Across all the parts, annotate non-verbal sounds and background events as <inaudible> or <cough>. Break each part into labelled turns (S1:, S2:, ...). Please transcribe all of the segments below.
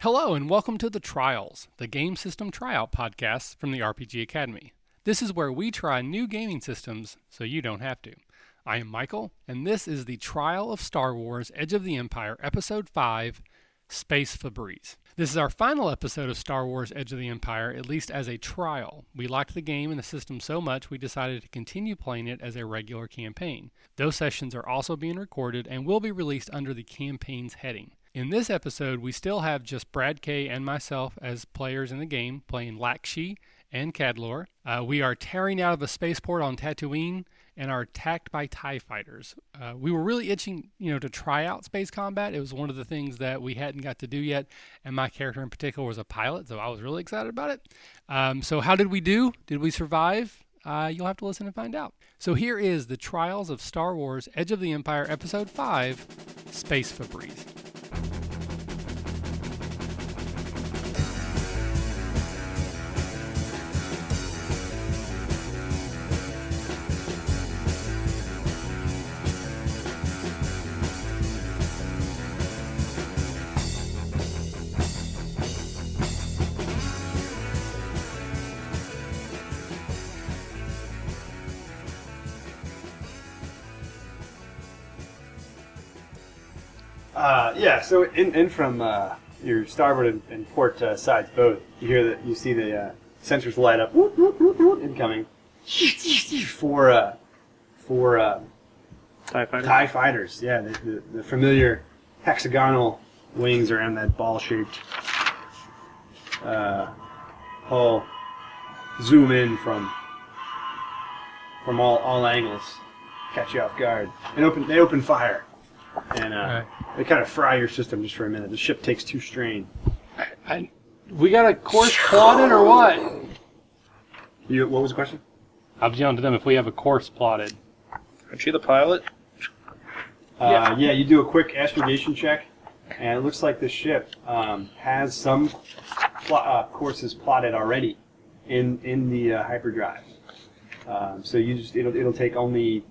S1: Hello, and welcome to The Trials, the game system tryout podcast from the RPG Academy. This is where we try new gaming systems so you don't have to. I am Michael, and this is the Trial of Star Wars Edge of the Empire, Episode 5 Space Febreze. This is our final episode of Star Wars Edge of the Empire, at least as a trial. We liked the game and the system so much we decided to continue playing it as a regular campaign. Those sessions are also being recorded and will be released under the campaign's heading. In this episode, we still have just Brad K and myself as players in the game playing Lakshi and Cadlor. Uh, we are tearing out of a spaceport on Tatooine and are attacked by TIE fighters. Uh, we were really itching, you know, to try out space combat. It was one of the things that we hadn't got to do yet, and my character in particular was a pilot, so I was really excited about it. Um, so, how did we do? Did we survive? Uh, you'll have to listen and find out. So, here is the Trials of Star Wars Edge of the Empire, Episode 5 Space Febreze.
S2: Uh, yeah, so in, in from uh, your starboard and, and port uh, sides both, you hear that you see the uh, sensors light up. Whoop, whoop, whoop, whoop, incoming. Four, uh, four uh,
S3: TIE fighter.
S2: TIE fighters. Yeah, the, the, the familiar hexagonal wings around that ball shaped uh, hull zoom in from from all, all angles, catch you off guard. And open they open fire. And uh,
S1: Alright.
S2: they kind of fry your system just for a minute. The ship takes two strain.
S3: I, we got a course plotted or what?
S2: You, what was the question?
S1: I was yelling to them if we have a course plotted.
S3: Aren't you the pilot?
S2: Uh, yeah, you do a quick astrogation check, and it looks like the ship um, has some pl- uh, courses plotted already in in the uh, hyperdrive. Um, so you just it'll, it'll take only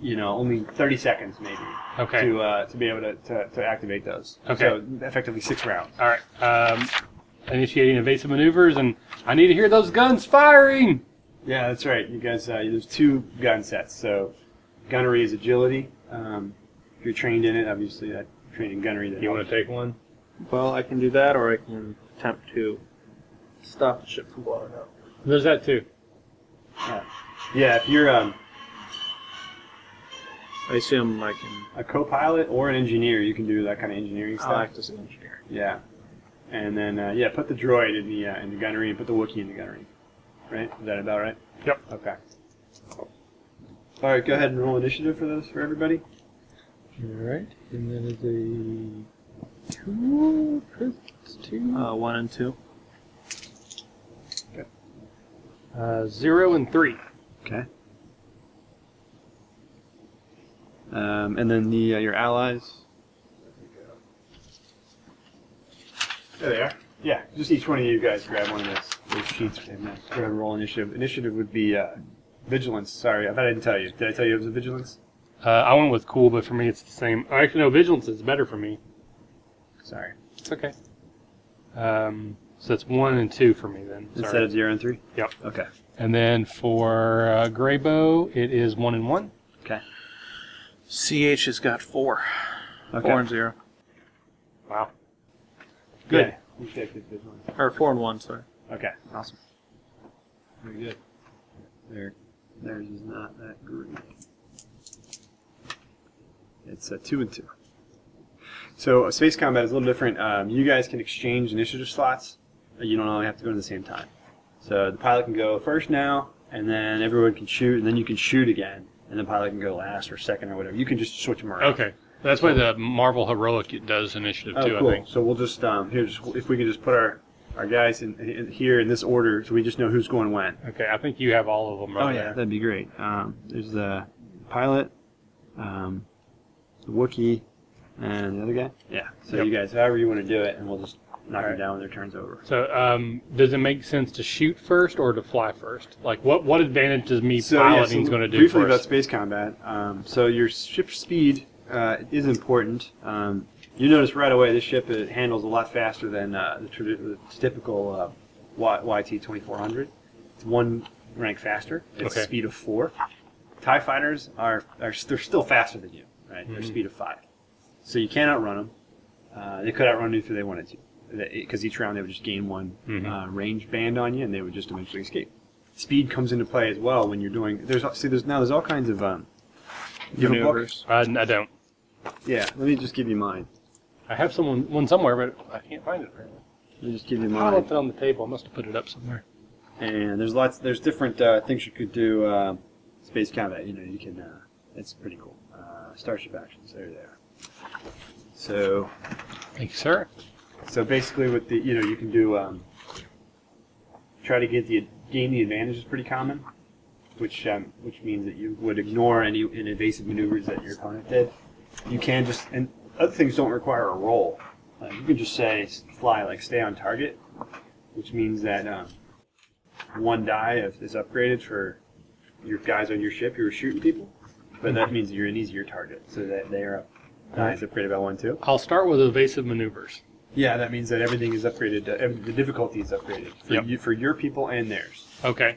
S2: you know only thirty seconds maybe
S1: Okay.
S2: to uh, to be able to, to, to activate those.
S1: Okay.
S2: So effectively six rounds.
S1: All right. Um, initiating evasive maneuvers, and I need to hear those guns firing.
S2: Yeah, that's right. You guys, uh, there's two gun sets. So gunnery is agility. Um, if you're trained in it, obviously that trained in gunnery. That helps.
S1: to take one?
S3: Well, I can do that, or I can attempt to stop the ship from blowing up.
S1: There's that too.
S2: Yeah, if you're um,
S3: I assume I can
S2: a co-pilot or an engineer. You can do that kind of engineering
S4: Oh,
S3: I'll
S2: stuff.
S3: act as an engineer.
S2: yeah, and then uh, yeah, put the droid in the uh, in the gunnery and put the Wookiee in the gunnery. Right? Is that about right?
S1: Yep.
S2: Okay. All right, go ahead and roll initiative for those for everybody.
S5: Alright, and that is a two plus two.
S3: Uh, one and two.
S1: Uh, zero and three.
S2: Okay. Um, and then the uh, your allies. There they are. Yeah, just each one of you guys grab one of those, those sheets and then go ahead and roll initiative. Initiative would be uh, vigilance. Sorry, I thought I didn't tell you. Did I tell you it was a vigilance?
S1: Uh, I went with cool, but for me it's the same. Actually, no, vigilance is better for me.
S2: Sorry.
S1: It's okay. Um, so it's one and two for me then. Sorry.
S2: Instead of zero and three.
S1: Yep.
S2: Okay.
S1: and then for uh, Graybow, it is one and one.
S2: Okay.
S3: CH has got four.
S2: Okay.
S3: Four and zero.
S1: Wow.
S2: Good. You take the vigilance.
S3: Or four and one, sorry.
S2: Okay.
S3: Awesome.
S2: Very good. There, theirs is not that great. It's a two and two. So uh, space combat is a little different. Um, you guys can exchange initiative slots. but You don't all have to go at the same time. So the pilot can go first now, and then everyone can shoot, and then you can shoot again, and the pilot can go last or second or whatever. You can just switch them around.
S1: Okay. That's why the Marvel Heroic does initiative
S2: Oh,
S1: too.
S2: cool.
S1: I think.
S2: So we'll just um, here, just, if we can just put our our guys in, in here in this order, so we just know who's going when.
S1: Okay. I think you have all of them right
S2: Oh yeah, that'd be great. Um, there's the pilot, um, the Wookiee, and the other guy. Yeah. So
S1: Yep.
S2: you guys, however you want to do it, and we'll just knock
S1: Alright.
S2: them down when their turn's over.
S1: So, um, does it make sense to shoot first or to fly first? Like, what what advantage does me
S2: So yeah,
S1: piloting
S2: so
S1: is going to do
S2: briefly about
S1: first?
S2: space combat. Um, so your ship speed uh, is important. Um, You notice right away this ship it handles a lot faster than uh, the, tradi- the typical uh, y- YT 2400. It's one rank faster. It's
S1: Okay.
S2: speed of four. Tie fighters are, are they're still faster than you, right?
S1: Mm-hmm.
S2: They're speed of five. So you can't outrun them. Uh, they could outrun you if they wanted to, because each round they would just gain one
S1: Mhm.
S2: uh, range band on you, and they would just eventually escape. Speed comes into play as well when you're doing. There's see there's now there's all kinds of um, you have a book?
S3: Maneuvers.
S1: Uh, n- I don't.
S2: Yeah, let me just give you mine.
S1: I have someone one somewhere, but I can't find it. apparently.
S2: Let me just give you
S1: I
S2: mine.
S1: left it on the table. I must have put it up somewhere.
S2: And there's lots. There's different uh, things you could do. Uh, space combat. You know, you can. Uh, it's pretty cool. Uh, starship actions. There, there. So,
S1: Thank you, sir.
S2: so basically, with the you know, you can do um, try to get the gain the advantage is pretty common, which um, which means that you would ignore any, any evasive maneuvers that your opponent did. You can just and other things don't require a roll. Like you can just say s- fly like stay on target, which means that um, one die if- is upgraded for your guys on your ship who are shooting people, but that means you're an easier target, so that they are die is upgraded by one too.
S1: I'll start with evasive maneuvers.
S2: Yeah, that means that everything is upgraded. uh, ev the difficulty is upgraded for
S1: Yep.
S2: you, for your people and theirs.
S1: Okay.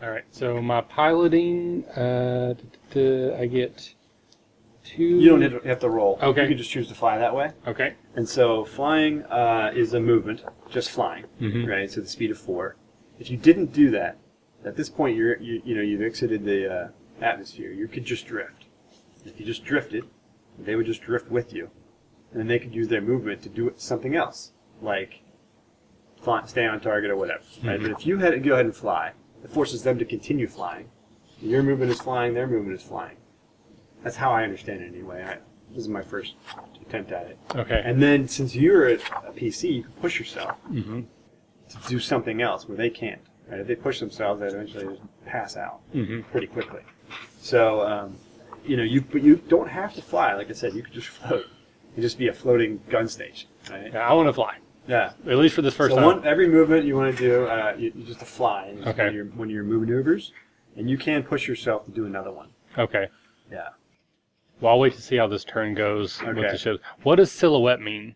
S1: All right. So my piloting, uh, d- d- d- I get two.
S2: You don't have to- have to roll.
S1: Okay.
S2: You can just choose to fly that way.
S1: Okay.
S2: And so flying uh, is a movement, just flying,
S1: Mhm.
S2: right? So the speed of four. If you didn't do that, at this point you're you, you know you've exited the uh, atmosphere. You could just drift. If you just drifted, they would just drift with you, and then they could use their movement to do something else, like fly, stay on target or whatever. Right? But if you had to go ahead and fly, it forces them to continue flying. Your movement is flying. Their movement is flying. That's how I understand it anyway. I, this is my first attempt at it.
S1: Okay.
S2: And then since you're a, a PC, you can push yourself
S1: Mm-hmm.
S2: to do something else where they can't. Right? If they push themselves, they eventually just pass out
S1: Mhm.
S2: pretty quickly. So, um, you know, you but you don't have to fly. Like I said, you could just float. You could just be a floating gun station. Right?
S1: Yeah, I want to fly.
S2: Yeah.
S1: At least for this first
S2: so
S1: time.
S2: One, every movement you want to do, uh, you, you just fly. And
S1: Okay.
S2: When you're, when you're maneuvers, and you can push yourself to do another one.
S1: Okay.
S2: Yeah.
S1: Well, I'll wait to see how this turn goes with
S2: Okay.
S1: the ship. What does silhouette mean?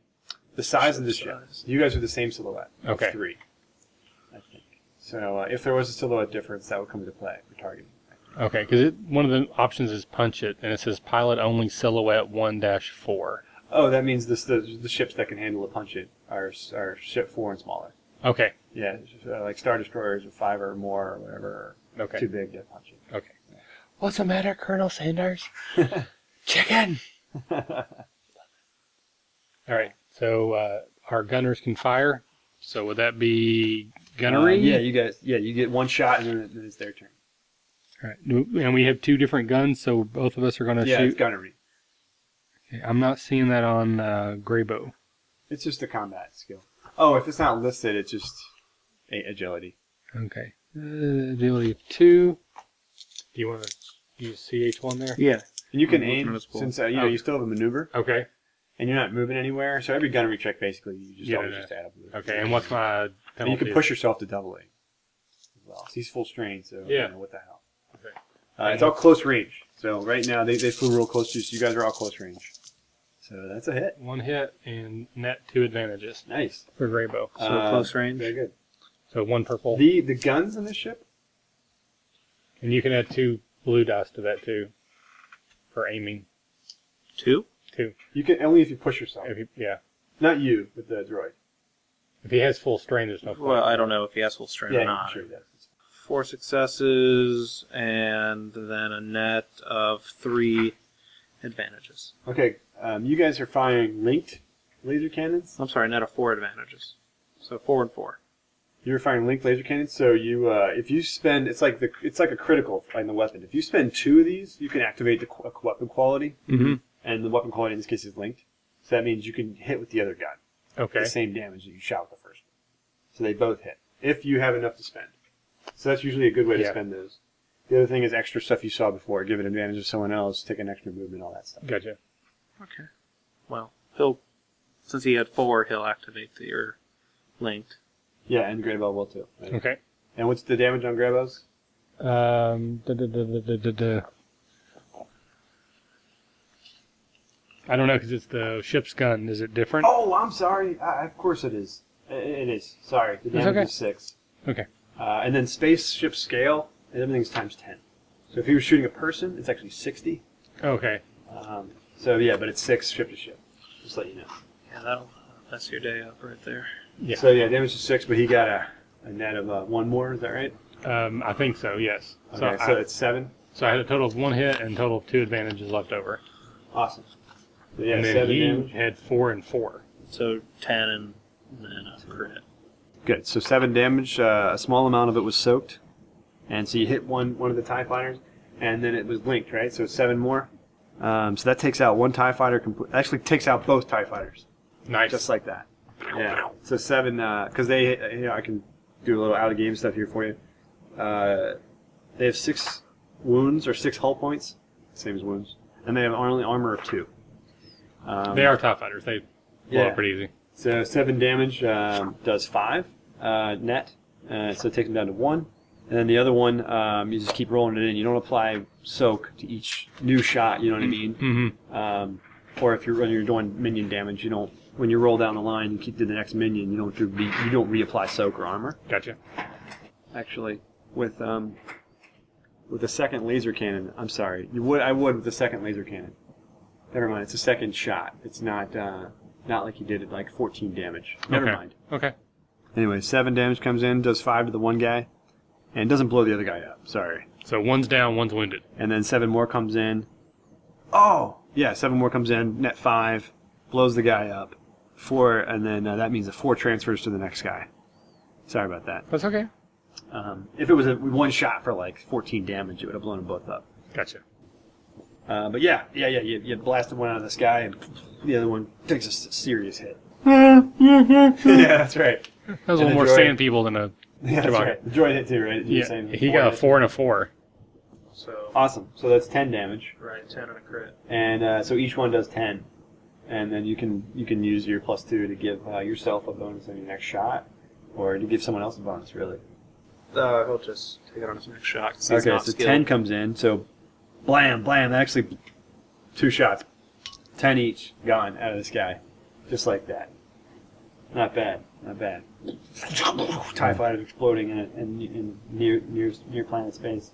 S2: The size of the ship. You guys are the same silhouette. of
S1: Okay.
S2: Three, I think. So uh, if there was a silhouette difference, that would come into play for targeting.
S1: Okay, because one of the options is punch it, and it says pilot only silhouette one dash four.
S2: Oh, that means this the, the ships that can handle a punch it are are ship four and smaller.
S1: Okay.
S2: Yeah, uh, like star destroyers are five or more or whatever. Are
S1: Okay.
S2: Too big to punch it.
S1: Okay. What's the matter, Colonel
S2: <laughs>
S1: Sanders? Chicken. All right. So uh, our gunners can fire. So would that be gunnery?
S2: Uh, yeah, you guys. Yeah, you get one shot and then it- then it's their turn.
S1: All right. Do- And we have two different guns, so both of us are going to
S2: yeah,
S1: shoot.
S2: it's gunnery.
S1: Okay, I'm not seeing that on uh, Graybow.
S2: It's just a combat skill. Oh, if it's not listed, it's just a- agility.
S1: Okay. Uh, ability of two. Do you want to use CH1 there?
S3: Yeah.
S2: And you can
S3: I'm looking
S2: aim
S3: at this pool.
S2: since uh, you know
S1: Oh.
S2: you still have a maneuver
S1: Okay.
S2: and you're not moving anywhere. So every gunnery check basically you just
S1: Yeah,
S2: always
S1: yeah.
S2: just add up. the-
S1: Okay. And what's my
S2: And you
S1: penalty?
S2: can push yourself to double aim as well. He's full strain, so you
S1: Yeah.
S2: know, what the hell.
S1: Okay.
S2: Uh, it's all close range. So right now they, they flew real close to you, so you guys are all close range. So that's a hit.
S1: One hit and net two advantages
S2: Nice.
S1: for Graybow.
S3: So
S2: Uh,
S3: close range.
S2: Very good.
S1: So one purple.
S2: The the guns in this ship?
S1: And you can add two blue dice to that too, for aiming.
S3: Two.
S1: Two.
S2: You can only if you push yourself.
S1: If he, yeah.
S2: Not you, but the droid.
S1: If he has full strain, there's no point.
S3: Well, I don't know if he has full strength
S2: Yeah,
S3: or
S2: you can
S3: not.
S2: sure he does.
S3: Four successes and then a net of three advantages.
S2: Okay. Um, you guys are firing linked laser cannons.
S3: I'm sorry, net of four advantages. So four and four.
S2: You're firing linked laser cannons, so you uh, if you spend it's like the it's like a critical in the weapon. If you spend two of these, you can activate the qu- weapon quality,
S1: Mm-hmm.
S2: and the weapon quality in this case is linked. So that means you can hit with the other gun.
S1: Okay.
S2: the same damage that you shot with the first one. So they both hit if you have enough to spend. So that's usually a good way to
S1: Yeah.
S2: spend those. The other thing is extra stuff you saw before. Give an advantage to someone else, take an extra movement, all that stuff.
S1: Gotcha.
S3: Okay. Well, he'll since he had four, he'll activate the or linked.
S2: Yeah, and Grabo will too. right?
S1: Okay.
S2: And what's the damage on Grabos?
S1: Um. Da, da, da, da, da, da, da. I don't know because it's the ship's gun. Is it different?
S2: Oh, I'm sorry. Uh, of course it is. I- It is. Sorry. The damage
S1: okay.
S2: is six.
S1: Okay.
S2: Uh, and then spaceship scale, and everything's times ten. So if you were shooting a person, it's actually sixty.
S1: Okay.
S2: Um, so yeah, but it's six ship to ship. Just let you know.
S3: Yeah, that'll, uh, that's your day up right there.
S1: Yeah.
S2: So yeah, damage is six, but he got a, a net of uh, one more. Is that right?
S1: Um, I think so. Yes. So,
S2: Okay, so,
S1: I,
S2: it's seven.
S1: so I had a total of one hit and total of two advantages left over.
S2: Awesome. So yeah,
S1: and then
S2: seven
S1: he
S2: damage.
S1: had four and four.
S3: So 10 and, and a crit.
S2: Good. So seven damage. Uh, a small amount of it was soaked, and so you hit one one of the Tie Fighters, and then it was linked, right? So it's seven more. Um, so that takes out one Tie Fighter. Compl- actually, takes out both Tie Fighters,
S1: Nice.
S2: just like that. Yeah. So seven, because they, you know, I can do a little out of game stuff here for you. Uh, they have six wounds or six hull points, same as wounds, and they have only armor of two. Um,
S1: they are top fighters. They blow
S2: Yeah.
S1: up pretty easy.
S2: so seven damage um, does five uh, net, uh, so it takes them down to one. And then the other one, um, you just keep rolling it in. You don't apply soak to each new shot. You know what I mean?
S1: Mm-hmm.
S2: Um, or if you're when you're doing minion damage, you don't. When you roll down the line and keep to the next minion, you don't do re, you don't reapply soak or armor.
S1: Gotcha.
S2: Actually, with um, with the second laser cannon, I'm sorry, you would I would with the second laser cannon. Never mind, it's a second shot. It's not uh, not like you did it like 14 damage. Never
S1: okay.
S2: mind.
S1: Okay.
S2: Anyway, seven damage comes in, does five to the one guy, and doesn't blow the other guy up. Sorry.
S1: So one's down, one's wounded.
S2: And then seven more comes in. Oh, yeah, seven more comes in, net five, blows the guy up, four, and then uh, that means the four transfers to the next guy. Sorry about that.
S1: That's okay.
S2: Um, if it was a one shot for like 14 damage, it would have blown them both up.
S1: Gotcha.
S2: Uh, but yeah, yeah, yeah, you, you blasted one out of the sky, and the other one takes a s-
S1: <laughs>
S2: serious hit. yeah, that's right.
S1: That was a
S2: And
S1: little more
S2: enjoy it.
S1: sand people than a
S2: <laughs> Yeah, that's
S1: Chewbacca.
S2: right. The droid hit too, right? You were
S1: yeah.
S2: saying
S1: He
S2: four
S1: got a
S2: hit.
S1: four and a four.
S3: So,
S2: Awesome. So that's 10 damage.
S3: right, 10 and a crit.
S2: and uh, so each one does ten, and then you can you can use your plus two to give uh, yourself a bonus on your next shot, or to give someone else a bonus. Really.
S3: Uh, he'll just take it on his next shot. 'cause he's
S2: Okay,
S3: not
S2: so
S3: skilled.
S2: ten comes in. So, blam, blam. Actually, two shots, ten each, gone out of this guy, just like that. Not bad. Not bad. <laughs> Tie fighters exploding in, a, in, in near near near planet space.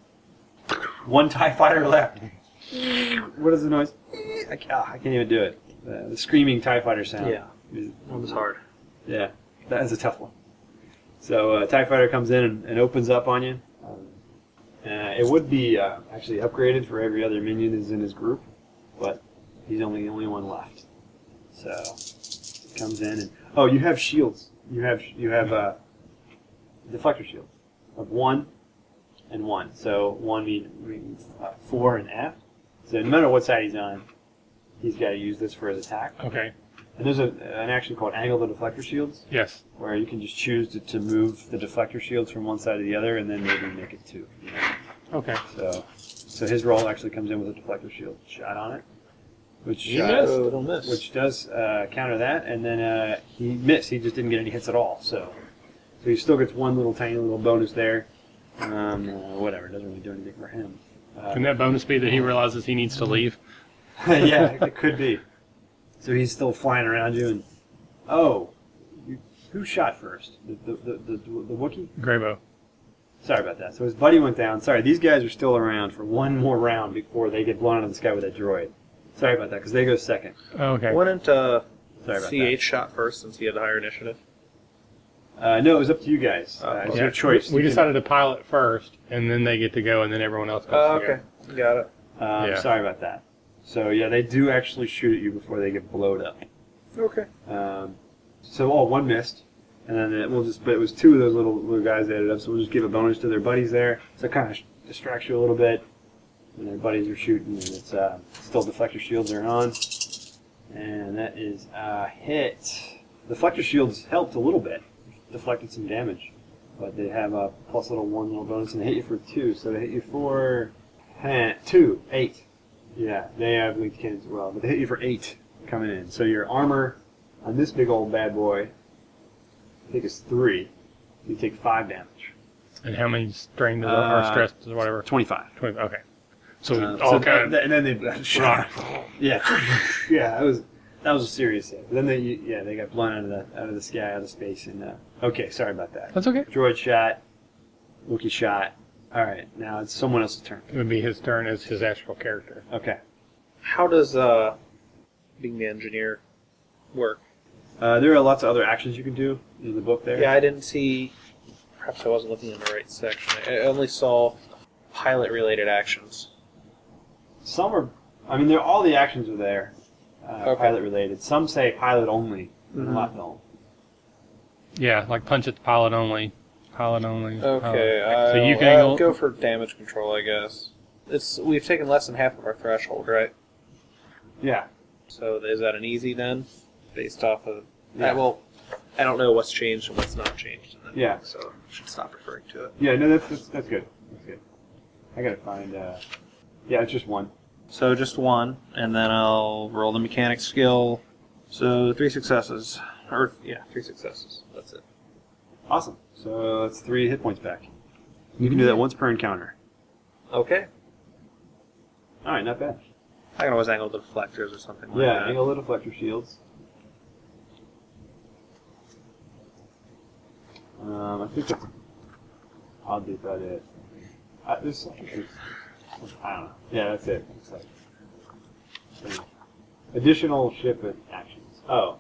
S2: One Tie fighter left. What is the noise? I can't, I can't even do it. The, the screaming Tie fighter sound.
S3: Yeah,
S2: is-
S3: that was hard.
S2: yeah, that is a tough one. So uh, Tie Fighter comes in and, and opens up on you. Um, uh, it would be uh, actually upgraded for every other minion is in his group, but he's only the only one left. So it comes in and oh, you have shields. You have you have uh, deflector shields of one and one. So one mean- means uh, four and F. So no matter what side he's on, he's got to use this for his attack.
S1: Okay.
S2: And there's a, an action called angle the deflector shields,
S1: Yes.
S2: where you can just choose to, to move the deflector shields from one side to the other, and then maybe make it two. you know?
S1: Okay.
S2: So, so his roll actually comes in with a deflector shield shot on it, which
S1: You
S2: uh,
S1: missed.
S3: it'll miss.
S2: which does uh, counter that. And then uh, he missed; he just didn't get any hits at all. So, so he still gets one little tiny little bonus there. Um, uh, whatever, doesn't really do anything for him. <laughs> Uh,
S1: Can that bonus be that he realizes he needs to leave?
S2: yeah, it could be. So he's still flying around you, and oh, you, who shot first? The the, the, the the Wookie?
S1: Graybo.
S2: Sorry about that. So his buddy went down. Sorry, these guys are still around for one more round before they get blown out of the sky with a droid. Sorry about that, because they go second.
S1: Oh, Okay.
S3: Wouldn't uh,
S2: Sorry about
S3: CH shot first since he had higher initiative?
S2: that. Uh, no, it was up to you guys. Uh,
S3: Oh,
S2: it
S3: okay.
S2: was your choice.
S1: We
S2: You can-
S1: decided to pilot first, and then they get to go, and then everyone else goes.
S2: Oh,
S1: to go.
S3: Got it.
S2: Um,
S1: Yeah.
S2: Sorry about that. So yeah, they do actually shoot at you before they get blowed up.
S3: Okay.
S2: Um, so oh, one missed, and then it, we'll just. But it was two of those little little guys that added up. So we'll just give a bonus to their buddies there. So it kind of distracts you a little bit. And their buddies are shooting, and it's uh, still deflector shields are on, and that is a hit. Deflector shields helped a little bit, deflected some damage, but they have a plus little one little bonus, and they hit you for two. So they hit you for eh, two, eight. Yeah, they have linked cannons as well, but they hit you for eight coming in. So your armor on Uh, this big old bad boy, I think it's three. You take five damage.
S1: And how many strained
S2: Uh,
S1: or stressed or whatever?
S2: Twenty-five.
S1: Twenty. Okay. So we
S2: Uh,
S1: all
S2: so
S1: kind
S2: th- and then they
S1: of rock.
S2: Yeah, <laughs> yeah, that was that was a serious thing. Then they yeah they got blown out of the out of the sky out of space and uh, okay, sorry about that.
S1: That's okay.
S2: Droid shot, Wookiee shot. All right, now it's someone else's turn.
S1: It would be his turn as his astral character.
S2: Okay,
S3: How does uh, being the engineer work?
S2: uh, there are lots of other actions you can do in the book there.
S3: Yeah, I didn't see. Perhaps I wasn't looking in the right section. I I only saw pilot-related actions.
S2: some are. I mean, they're all the actions are there, uh,
S3: Okay.
S2: pilot related. Some say pilot only, and a
S3: Mhm.
S2: lot don't.
S1: Yeah, like punch at the pilot only. Pilot
S2: Hmm.
S3: Okay,
S1: only. pilot. Oh. so
S3: I'll,
S1: you can
S3: I'll
S1: angle.
S3: go for damage control, I guess. It's we've taken less than half of our threshold, right?
S2: Yeah,
S3: So is that an easy then, based off of?
S2: Yeah.
S3: I, well, I don't know what's changed and what's not changed. In that
S2: Yeah.
S3: book, so I should stop referring to it.
S2: yeah. No, that's that's, that's good. That's good. I gotta find. Uh, yeah, it's just one.
S3: So just one, and then I'll roll the mechanic skill. So three successes, or yeah, three successes. That's it.
S2: Awesome. So that's three hit points back. You can do that once per encounter.
S3: Okay.
S2: All right, not bad.
S3: I can always angle the deflectors or something like
S2: Yeah,
S3: that.
S2: angle the deflector shields. Um, I think that's oddly about it. I, there's, I don't know. Yeah, that's it. It's like, so, additional ship actions. Oh.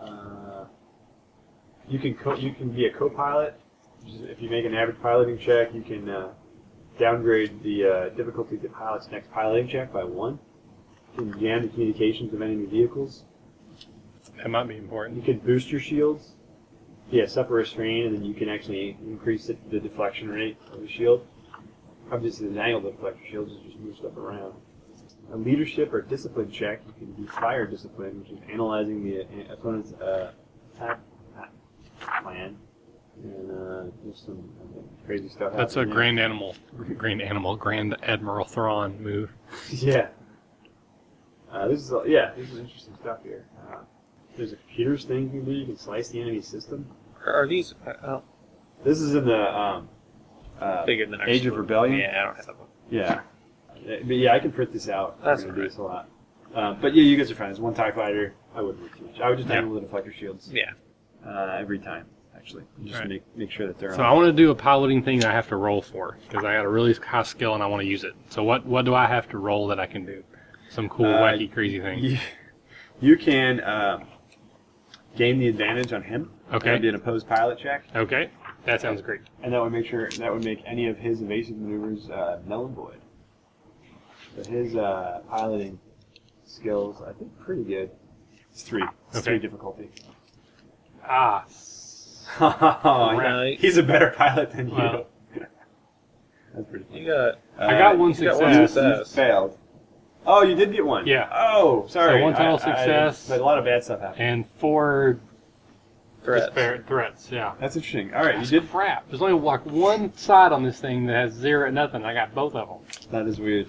S2: Uh, you can co- you can be a co-pilot. Which is- If you make an average piloting check, you can uh, downgrade the uh, difficulty of the pilot's next piloting check by one. You can jam the communications of enemy vehicles.
S1: That might be
S2: You
S1: important.
S2: can boost your shields. Yeah, suffer restrain, and then you can actually increase the, the deflection rate of the shield. Obviously, the angle deflector shield is just moves stuff around. A leadership or discipline check, you can do fire discipline, which is analyzing the uh, opponent's uh, attack attack plan. And uh, there's some I think, crazy stuff.
S1: That's a
S2: happening.
S1: grand animal, grand animal, Grand Admiral Thrawn move.
S2: <laughs> Yeah. Uh, this is uh, yeah, this is interesting stuff here. Uh, there's a computers thing you can do. You can slice the enemy system.
S3: Are are these uh, oh,
S2: This is in the um, uh,
S3: bigger than
S2: Age of
S3: book.
S2: Rebellion?
S3: Yeah, I don't have that one.
S2: yeah. Uh, But yeah, I can print this out.
S3: That's
S2: We're gonna do this a lot. Uh, but yeah, you guys are fine. It's one Tie Fighter. I wouldn't work too much. I would just
S1: Yeah.
S2: handle the deflector shields
S3: Yeah.
S2: uh, every time, actually. Just
S1: Alright.
S2: make make sure that they're
S1: So
S2: on.
S1: I want to do a piloting thing that I have to roll for because I got a really high skill and I want to use it. So what what do I have to roll that I can do? Some cool
S2: Uh,
S1: wacky crazy thing.
S2: You, you can um, gain the advantage on him.
S1: Okay.
S2: That would be an opposed pilot check.
S1: Okay, that sounds great.
S2: And that would make sure that would make any of his evasive maneuvers uh, null and void. But his uh, piloting skills, I think, pretty good. It's three. It's
S1: Okay.
S2: three <laughs> difficulty.
S1: Ah,
S3: Right.
S2: Oh, He's a better pilot than
S1: Wow.
S2: you. <laughs> That's pretty.
S3: You got
S1: I got one
S3: you got
S2: Uh,
S3: one
S1: success.
S2: you, you
S3: success.
S2: failed. Oh, you did get one.
S1: Yeah.
S2: Oh, sorry.
S1: So one total
S2: I- I-
S1: success.
S2: but a lot of bad stuff happened.
S1: and four
S3: Threat.
S1: disparate threats. Yeah.
S2: That's interesting. All right, you did.
S1: Crap. There's only like one side on this thing that has zero and nothing. I got both of them.
S2: That is weird.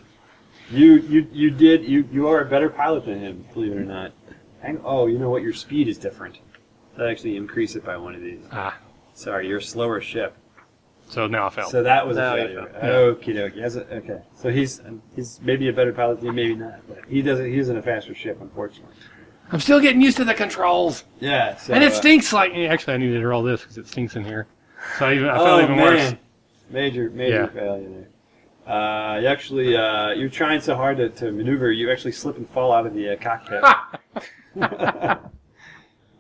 S2: You you you did you you are a better pilot than him, believe it or not. Hang, oh, you know what? Your speed is different. That actually increase it by one of these.
S1: Ah,
S2: Sorry, you're a slower ship.
S1: so now I failed.
S2: So that was a
S3: No, you
S2: failure. Okie dokie. That's a- Okay. So he's he's maybe a better pilot than you, maybe not. But he doesn't. He isn't a faster ship, unfortunately.
S1: I'm still getting used to the controls,
S2: Yeah. So,
S1: and it
S2: uh,
S1: stinks like. Actually, I needed to roll this because it stinks in here. So I, even, I felt
S2: oh,
S1: even
S2: man.
S1: worse.
S2: Major major
S1: Yeah.
S2: failure there. Uh, you actually uh, you're trying so hard to, to maneuver, you actually slip and fall out of the uh, cockpit. <laughs>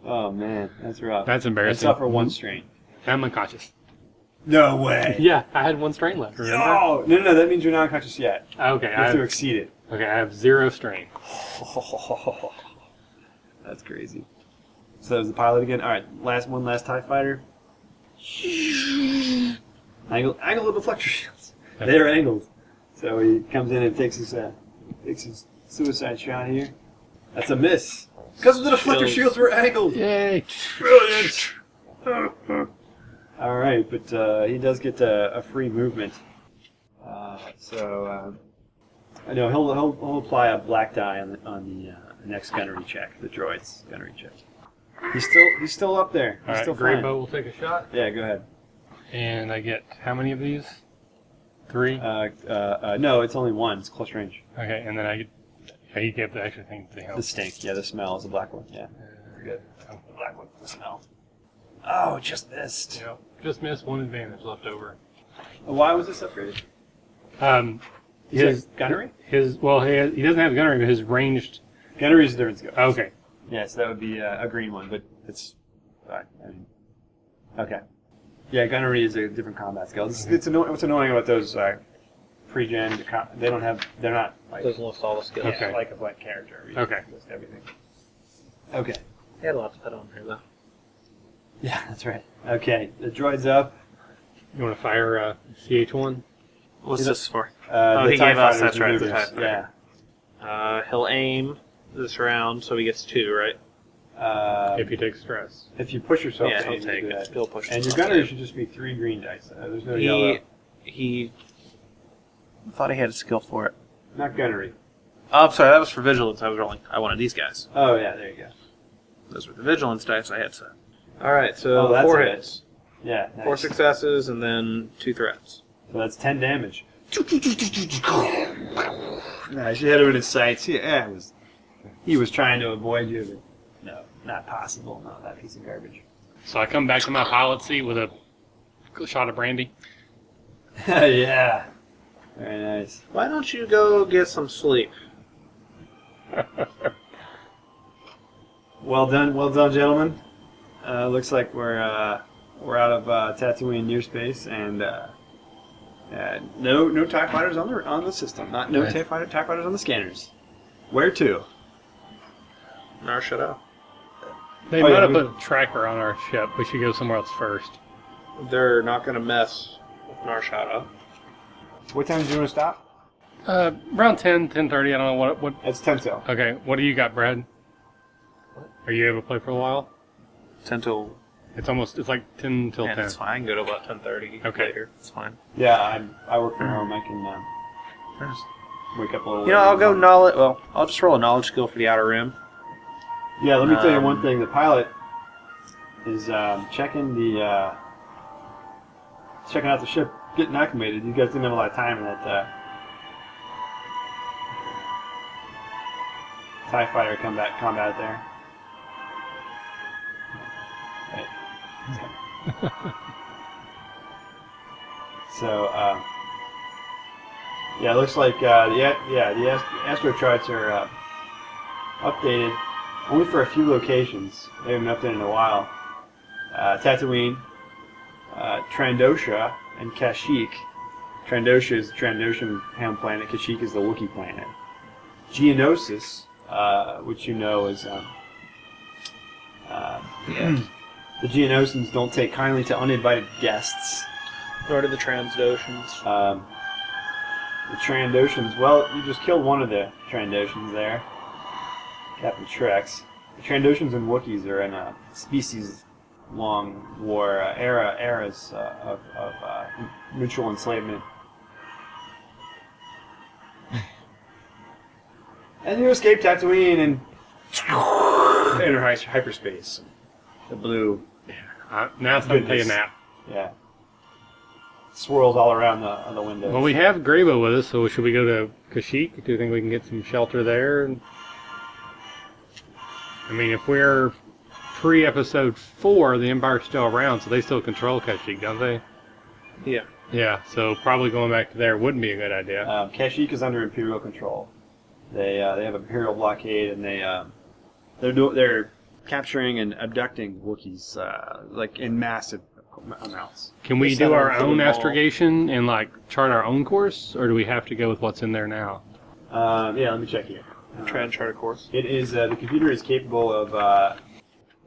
S2: oh man, that's rough.
S1: That's
S2: I
S1: embarrassing.
S2: suffer one strain.
S1: I'm unconscious.
S2: No way.
S1: Yeah, Ah, I had one strain left. Remember?
S2: No, no, no. That means you're not unconscious yet.
S1: Okay,
S2: You
S1: I
S2: have to
S1: have,
S2: exceed it.
S1: okay, I have zero strain.
S2: <laughs> That's crazy. So that was the pilot again. All right, last one, last Tie Fighter. Angle, angle of deflector shields. They are angled. So he comes in and takes his, uh, takes his suicide shot here. That's a miss. Because the deflector
S3: Shields.
S2: shields were angled.
S1: Yay!
S2: Brilliant. All right, but uh, he does get uh, a free movement. Uh, so uh, I know he'll, he'll he'll apply a black die on the on the uh, next gunnery check, the droid's gunnery check. He's still he's still up there. He's
S1: All right,
S2: still
S1: Grey
S2: flying.
S1: Bow will take a shot,
S2: Yeah, go ahead.
S1: and I get how many of these?
S5: Three.
S2: Uh, uh, uh, no, it's only one. It's close range.
S1: Okay, and then I get. Yeah, you gave the extra thing to the
S2: The
S1: help.
S2: stink. Yeah, the smell is a black one. Yeah.
S1: Good.
S2: The black one. The smell. Oh, just missed.
S1: Yeah, just missed one advantage left over.
S2: Why was this upgraded?
S1: Um,
S2: Is
S1: his
S2: it gunnery?
S1: His well, he, has, he doesn't have gunnery, but his ranged.
S2: Gunnery is a different skill.
S1: Okay,
S2: Yeah, so that would be uh, a green one, but it's. I I mean, okay. Yeah, gunnery is a different combat skill. It's, it's anno- what's annoying about those uh, pre-gen, com- they don't have, they're not like,
S6: Doesn't list all the skills.
S2: yeah,
S1: Okay.
S2: like a blank character. You
S1: Okay.
S2: List everything. Okay. <laughs>
S6: They had a lot to put on here though.
S2: Yeah, that's right. Okay, the droid's up.
S1: you want to fire uh, CH one?
S3: What's
S2: Is it-
S3: this for?
S2: Uh,
S3: Oh,
S2: the
S3: he
S2: TIE
S3: gave us,
S2: fighters
S3: that's right, the
S2: maneuvers.
S3: TIE fighter. Uh, he'll aim this round, so he gets two, right?
S2: Yeah. Uh,
S1: If you take stress,
S2: if you push yourself,
S3: yeah,
S2: to
S3: he'll
S2: aim, you
S3: take
S2: do
S3: it.
S2: that.
S3: He'll push. it.
S2: And your gunner should just be three green dice. Uh, there's no
S3: He
S2: yellow.
S3: he thought he had a skill for it.
S2: Not gunnery.
S3: Oh, I'm sorry, that was for vigilance. I was rolling. I wanted these guys.
S2: Oh yeah, there you go.
S3: Those were the vigilance dice I had set. All right, so
S2: Oh, that's
S3: four
S2: a hit.
S3: hits,
S2: Yeah. Nice.
S3: four successes, and then two threats.
S2: So that's ten damage. nice. You hit him in his sights. Yeah, yeah, it was. He was trying to avoid you, but no, not possible. No, that piece of <laughs> garbage.
S1: so I come back to my pilot seat with a shot of <laughs> brandy.
S2: yeah. Very nice.
S3: Why don't you go get some sleep?
S2: Well done, well done, gentlemen. Uh, looks like we're uh, we're out of uh, Tatooine near space, and uh, uh, no no Tie Fighters on the on the system. Not no TIE, fighter, TIE Fighters on the scanners. Where to?
S3: Nar, shut up.
S1: They
S2: Oh,
S1: might
S2: yeah,
S1: have
S2: we-
S1: put a tracker on our ship. We should go somewhere else first.
S3: They're not going to mess with Nar Shada.
S2: What time do you want to stop?
S1: Uh, around 10, 10.30, I don't know what, what.
S2: It's ten till.
S1: Okay, what do you got, Brad? Are you able to play for a while?
S3: Ten till
S1: It's almost, it's like 10 till
S3: yeah,
S1: 10.
S3: it's fine. Go to about ten thirty.
S1: Okay.
S3: later. it's fine.
S2: Yeah, I'm, I work from home. I can uh, wake up a little.
S3: You know,
S2: later.
S3: I'll go knowledge. Well, I'll just roll a knowledge skill for the outer rim.
S2: Yeah, let me tell you one
S3: Um,
S2: thing. The pilot is um, checking the uh, checking out the ship, getting acclimated. You guys didn't have a lot of time in that uh, Tie Fighter combat combat there. Right. so uh, yeah, it looks like uh, the a- yeah the ast- astro charts are uh, updated. Only for a few locations. They haven't been updated in a while. Uh, Tatooine, uh, Trandosha, and Kashyyyk. Trandosha is the Trandoshan ham planet. Kashyyyk is the Wookiee planet. Geonosis, uh, which you know is... Um, uh, <clears throat> the Geonosians don't take kindly to uninvited guests.
S3: Nor to the Transdotions.
S2: Um, the Trandoshans. Well, you just killed one of the Trandoshans there, Captain Trex. The Trandoshans and Wookiees are in a species-long war uh, era eras uh, of, of uh, mutual enslavement. and you escape Tatooine and enter hy- hyperspace. The blue
S1: Uh, now it's time to take
S2: Goodness.
S1: a nap.
S2: yeah. Swirls all around the, on the windows.
S1: Well, we have Grabo with us, so should we go to Kashyyyk? Do you think we can get some shelter there? I mean, if we're pre episode four, the Empire's still around, so they still control Kashyyyk, don't they?
S3: Yeah.
S1: Yeah, so probably going back to there wouldn't be a good idea.
S2: Um, Kashyyyk is under Imperial control. They uh, they have Imperial blockade, and they um, they're do- they're capturing and abducting Wookiees uh, like in massive amounts.
S1: Can we
S2: it's
S1: do
S2: not
S1: our
S2: on the
S1: own
S2: ball.
S1: astrogation and like chart our own course, or do we have to go with what's in there now?
S2: Um, yeah, let me check here. Uh,
S3: Try and chart a course.
S2: It is uh, the computer is capable of uh,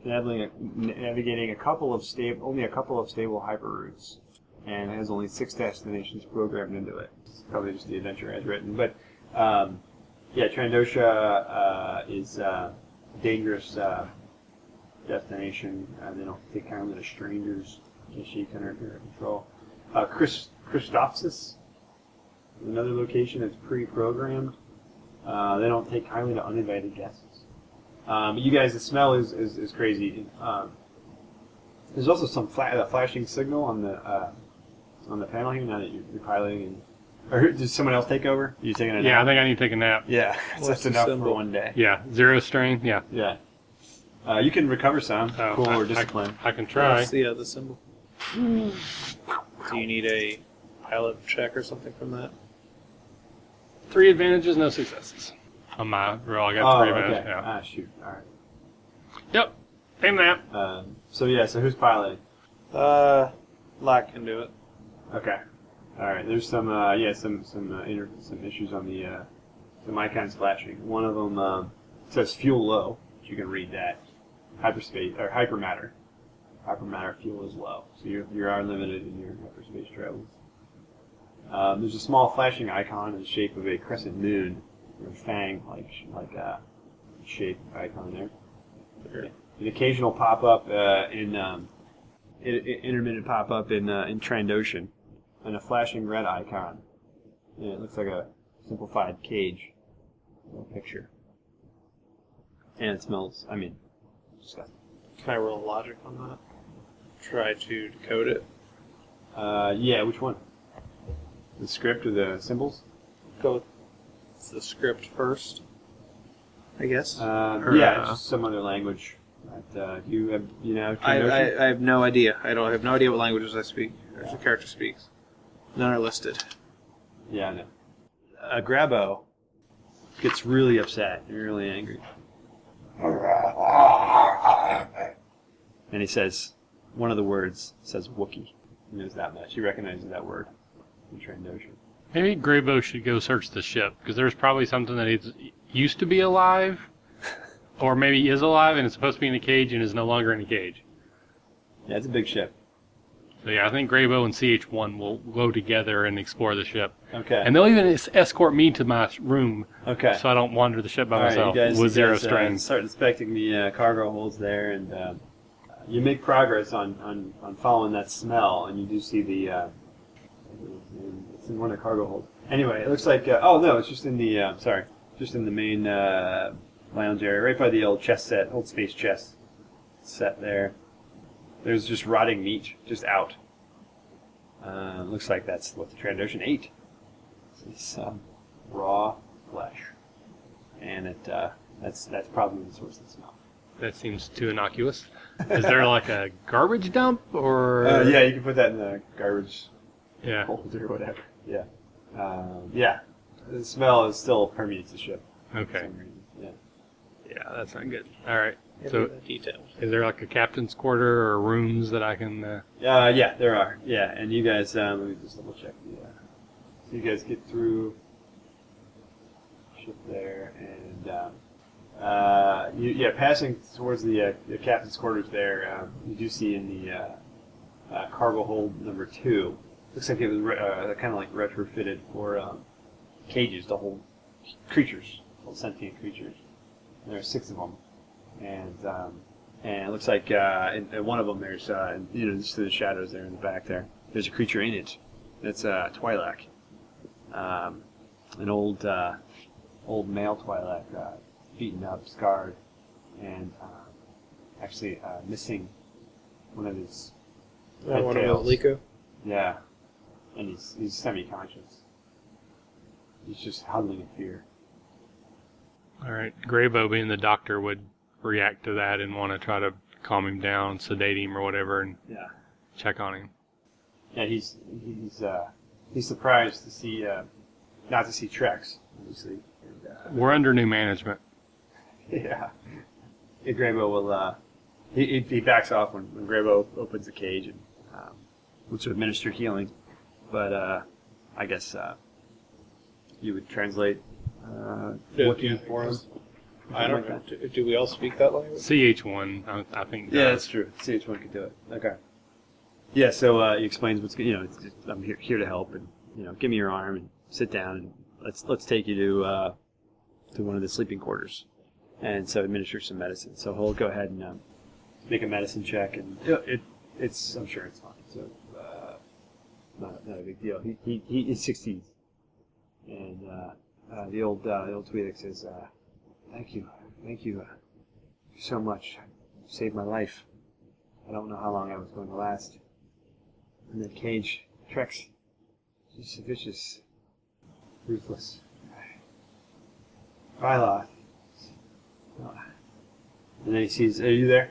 S2: navigating, a, navigating a couple of stable only a couple of stable hyperroutes, and has only six destinations programmed into it. It's probably just the adventure as written, but um, yeah, Trandosha uh, is uh, a dangerous uh, destination. Uh, they don't take kindly to strangers. Kashyyyk under their control. Uh, Chris Christophsis, is another location that's pre-programmed. Uh, they don't take kindly to uninvited guests. Um, you guys, the smell is, is, is crazy. Um, there's also some fla- uh, flashing signal on the uh, on the panel here now that you're, you're piloting and Or did someone else take over? You taking it?
S1: Yeah, I think I need to take a nap.
S2: Yeah, <laughs>
S3: What's
S2: that's
S3: the
S2: enough for
S3: symbol?
S2: one day.
S1: Yeah, zero strain. Yeah,
S2: Yeah. Uh, you can recover some.
S1: Oh,
S2: cool
S1: I-
S2: or discipline.
S1: I can try.
S3: What's uh, the other symbol? Do you need a pilot check or something from that?
S1: Three advantages, no successes. On my roll, I got
S2: oh,
S1: three
S2: okay.
S1: advantages. Yeah.
S2: Ah, shoot. All right.
S1: Yep. Same map.
S2: Um, so yeah, so who's piloting?
S3: Uh, Lock can do it.
S2: Okay. All right. There's some uh, yeah some some uh, inter- some issues on the uh, some icons flashing. One of them um, says fuel low. Which you can read that. Hyperspace or hypermatter. Hypermatter fuel is low, so you you are limited in your hyperspace travels. Um, there's a small flashing icon in the shape of a crescent moon, or fang like like a shape icon there. An occasional pop up uh, in um, i- i- intermittent pop up in uh, in Trend Ocean, and a flashing red icon. And it looks like a simplified cage little picture. And it smells. I mean, disgusting.
S3: Can I roll logic on that? Try to decode it.
S2: Uh, yeah, which one? The script or the symbols?
S3: Go with the script first, I guess.
S2: Uh,
S3: Or,
S2: yeah,
S3: uh,
S2: it's just some other language. But, uh, you have, you know,
S3: I,
S2: Trend Ocean.
S3: I, I have no idea. I don't I have no idea what languages I speak. Or the character speaks. None are listed.
S2: yeah, I know. Uh, Grabo gets really upset and really angry. And he says, one of the words says Wookie. He knows that much. He recognizes that word in Trend Ocean.
S1: Maybe Grabo should go search the ship because there's probably something that is used to be alive,
S2: <laughs>
S1: or maybe is alive and it's supposed to be in a cage and is no longer in a cage.
S2: Yeah, it's a big ship.
S1: So yeah, I think Grabo and CH1 will go together and explore the ship,
S2: Okay.
S1: and they'll even es- escort me to my room
S2: okay.
S1: so I don't wander the ship by
S2: All right,
S1: myself
S2: you guys,
S1: with
S2: you
S1: zero
S2: guys, uh,
S1: strains.
S2: start inspecting the uh, cargo holds there, and uh, you make progress on, on, on following that smell, and you do see the. Uh, it's in one of the cargo holds. Anyway, it looks like. Uh, oh no, it's just in the. Uh, sorry, just in the main uh, lounge area, right by the old chess set, old space chess set there. There's just rotting meat, just out. Uh, looks like that's what the Trandoshan ate. It's um, raw flesh and it uh, that's that's probably the source of the smell.
S1: That seems too
S2: <laughs>
S1: innocuous. Is there like a garbage dump or?
S2: Uh, yeah, you can put that in the garbage
S1: Yeah.
S2: hold or whatever. Yeah, um, yeah. The smell is still permeates the ship. for
S1: Okay.
S2: some reason. Yeah.
S1: Yeah, that's not good. All right.
S6: Yeah,
S1: So-
S6: do that detail.
S1: Is there like a captain's quarter or rooms that I can? Uh,
S2: Uh, yeah, there are. Yeah, and you guys, um, let me just double check. Yeah. So you guys get through ship there, and um, uh, you, yeah, passing towards the, uh, the captain's quarters there, um, you do see in the uh, uh, cargo hold number two. Looks like it was re- uh, kind of like retrofitted for um, cages to hold creatures, hold sentient creatures. And there are six of them, and um, and it looks like uh, in, in one of them there's uh, you know just the shadows there in the back there. There's a creature in it. That's uh, Twi'lek, um, an old uh, old male Twi'lek, uh, beaten up, scarred, and um actually uh, missing one of his
S3: That one about
S2: Tails.
S3: Liko.
S2: yeah, and he's he's semi-conscious. He's just huddling in fear.
S1: all right. Graybo being the doctor would react to that and want to try to calm him down, sedate him or whatever, and
S2: Yeah.
S1: check on him.
S2: Yeah, he's he's uh, he's surprised to see uh, not to see Trex, obviously. And, uh, <laughs>
S1: We're under new management.
S2: Yeah. yeah Grabo will, uh, he, he, he backs off when, when Grabo opens the cage and um, wants to administer healing. But uh, I guess uh, you would translate uh,
S3: Yeah,
S2: looking
S3: yeah,
S2: for
S3: I
S2: him.
S3: guess. I don't know. Do, do we all speak that language?
S1: CH1, I, I think. uh,
S2: Yeah, that's
S1: does.
S2: true. CH1 could do it. Okay. Yeah, so uh, he explains what's go- you know it's just, I'm here here to help and you know give me your arm and sit down and let's let's take you to uh, to one of the sleeping quarters and so administer some medicine. So he'll go ahead and um, make a medicine check and it, it it's I'm sure it's fine. So uh, not, not a big deal. He he, he, he succeeds and uh, uh, the old uh, the old Tweedek says uh, thank you thank you uh, so much saved my life. I don't know how long I was going to last. In that cage, Trex, she's vicious. Ruthless. Ryloth. And then he sees. Are you there?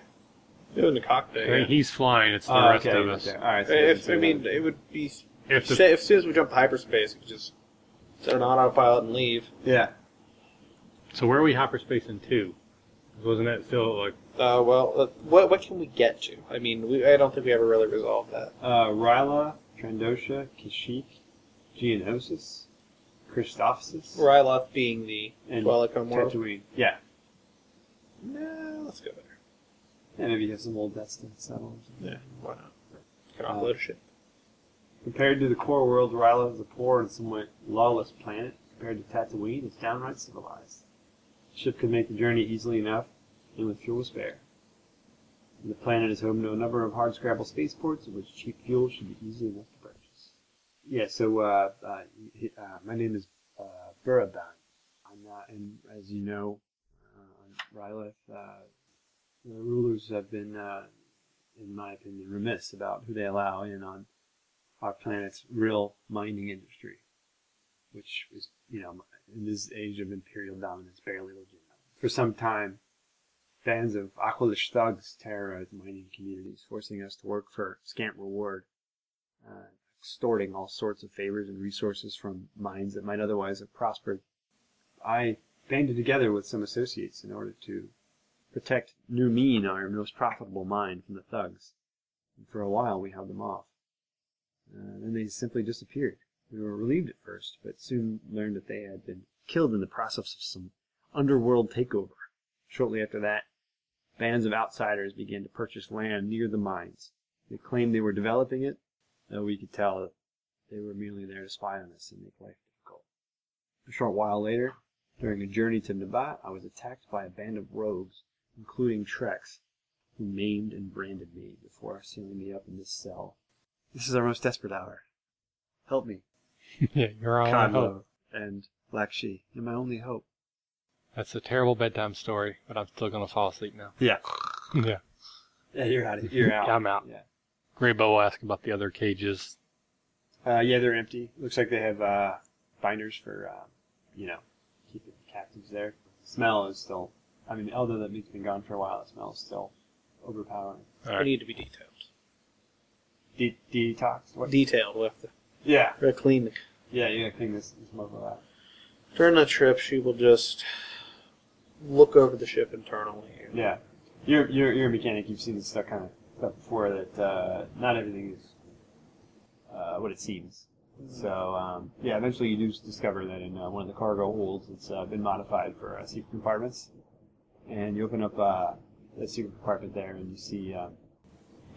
S4: In the cockpit.
S1: I mean, he's flying. It's the
S2: Oh,
S1: rest
S2: okay,
S1: of
S2: you're
S1: us.
S2: there. All right. so
S4: If, I
S2: that's-
S4: mean, it would be.
S1: If the,
S4: Say, if as soon as we jump to hyperspace, we just set it on autopilot and leave.
S2: yeah.
S1: so where are we hyperspace in two? Wasn't that still like
S4: Uh, well, uh, what what can we get to? I mean, we, I don't think we ever really resolved that.
S2: Uh, Ryloth, Trandosha, Kashik, Geonosis, Christophsis,
S4: Ryloth being the
S2: and
S4: Dwellico mortal.
S2: Tatooine. Yeah.
S4: Nah, let's go there.
S2: Yeah, maybe you have some old death stuff settled.
S4: Why not? Can
S2: Uh,
S4: offload shit.
S2: Compared to the core world, Ryloth is a poor and somewhat lawless planet. Compared to Tatooine, it's downright civilized. The ship could make the journey easily enough, and with fuel spare. And the planet is home to a number of hardscrabble spaceports, in which cheap fuel should be easy enough to purchase. Yeah, so uh, uh, he- uh, my name is uh, Buraban. I'm not, and as you know, uh, on Ryloth, uh, the rulers have been, uh, in my opinion, remiss about who they allow in on our planet's real mining industry, which is, you know, in this age of imperial dominance, barely legitimate. For some time, bands of Aqualish thugs terrorized mining communities, forcing us to work for scant reward, uh, extorting all sorts of favors and resources from mines that might otherwise have prospered. I banded together with some associates in order to protect New Mean, our most profitable mine, from the thugs. And for a while, we held them off. Uh, then they simply disappeared. We were relieved at first, but soon learned that they had been killed in the process of some underworld takeover. Shortly after that, bands of outsiders began to purchase land near the mines. They claimed they were developing it, though we could tell that they were merely there to spy on us and make life difficult. A short while later, during a journey to Nabat, I was attacked by a band of rogues, including Trex, who maimed and branded me before sealing me up in this cell. This is our most desperate hour. Help me,
S1: <laughs> yeah? You're all I hope.
S2: Conlo and Lakshi. You're my only hope.
S1: That's a terrible bedtime story, but I'm still gonna fall asleep now.
S2: Yeah.
S1: <laughs> yeah.
S2: Yeah, you're out. Of,
S1: <laughs>
S2: you're out.
S1: I'm out.
S2: Yeah.
S1: Graybo will ask about the other cages.
S2: Uh, yeah, they're empty. Looks like they have uh, binders for, um, you know, keeping the captives there. smell is still. I mean, although that meat's been gone for a while, the smell is still overpowering.
S1: All
S4: We
S1: right.
S4: need to be detailed.
S2: De- detox. What?
S4: Detailed. We have to
S2: yeah.
S4: we have to clean.
S2: Yeah. You gotta clean this this mobile out.
S4: The, during the trip, she will just look over the ship internally. and
S2: Yeah. You're you're you're a mechanic. You've seen this stuff kind of stuff before. That uh, not everything is uh, what it seems.
S4: Mm-hmm.
S2: So um, yeah, eventually you do s- discover that in uh, one of the cargo holds, it's uh, been modified for uh, secret compartments. And you open up uh, the secret compartment there, and you see. Um,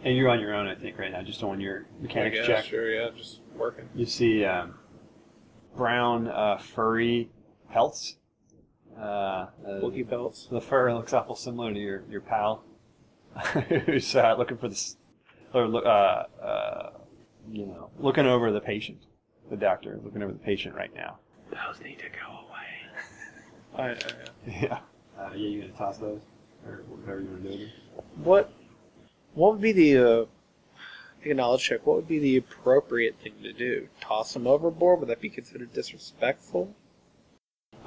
S2: and you're on your own, I think, right now, just on your
S4: I
S2: mechanics
S4: guess,
S2: check.
S4: Sure. Yeah. Just working.
S2: You see um, brown, uh, furry pelts. Uh, uh,
S4: Wookie pelts.
S2: the fur looks awful similar to your, your pal <laughs> who's uh, looking for this, or loo- uh, uh, you know, looking over the patient, the doctor, looking over the patient right now.
S1: Those need to go away.
S4: <laughs> I, I,
S2: <laughs> Yeah. Uh, yeah, you gonna toss those or whatever you wanna do. with them?
S4: what what would be the uh, take a knowledge check? What would be the appropriate thing to do? Toss them overboard? Would that be considered disrespectful?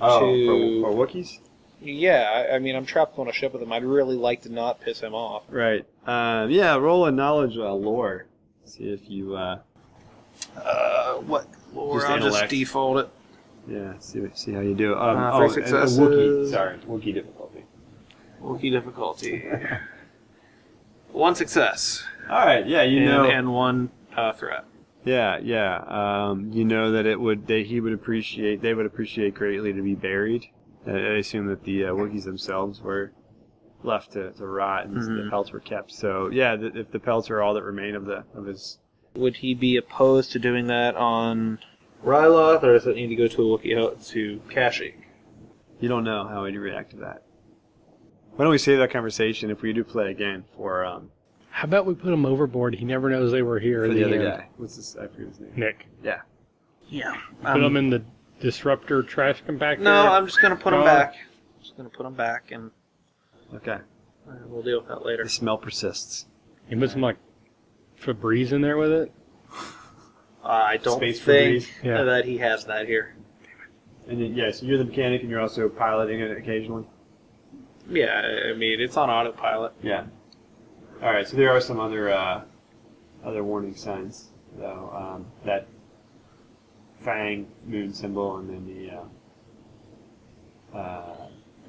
S2: Oh,
S4: To-
S2: for, for Wookiees.
S4: Yeah, I, I mean, I'm trapped on a ship with him. I'd really like to not piss him off.
S2: Right. Um, yeah. Roll a knowledge uh, lore. See if you. Uh,
S4: Uh, what? Lore?
S2: Just I'll just intellect.
S4: default it.
S2: yeah. See see how you do. Um,
S4: Uh,
S2: oh,
S4: for
S2: and- and Wookiee.
S4: successes.
S2: Sorry, Wookiee difficulty.
S4: Wookie difficulty. <laughs> one success
S2: All right. Yeah. You
S4: and,
S2: know.
S4: and one uh, threat.
S2: Yeah, yeah. Um, you know that it would that he would appreciate they would appreciate greatly to be buried. I, I assume that the uh, Wookiees themselves were left to, to rot and the
S4: Mhm.
S2: pelts were kept. So yeah, th- if the pelts are all that remain of the of his,
S4: Would he be opposed to doing that on Ryloth, or does it need to go to a Wookiee ho- to Kashyyyk?
S2: you don't know how he'd react to that. Why don't we save that conversation if we do play again for um
S1: How about we put him overboard? He never knows they were here.
S2: for
S1: in
S2: the other
S1: end.
S2: guy? What's his? I forget his name.
S1: Nick.
S2: Yeah.
S4: Yeah. um,
S1: put him in the disruptor trash compactor.
S4: No, I'm just gonna put him
S1: No.
S4: back. Just gonna put him back, and
S2: Okay.
S4: uh, we'll deal with that later.
S2: The smell persists.
S1: You put some like Febreze in there with it.
S4: Uh, I don't
S2: Space
S4: think
S2: Febreze.
S1: Yeah.
S4: that he has that here.
S2: And then, yeah, so you're the mechanic and you're also piloting it occasionally.
S4: Yeah, I- I mean it's on autopilot.
S2: Yeah. All right. So there are some other uh, other warning signs, though. Um, that fang moon symbol, and then the. Uh, uh,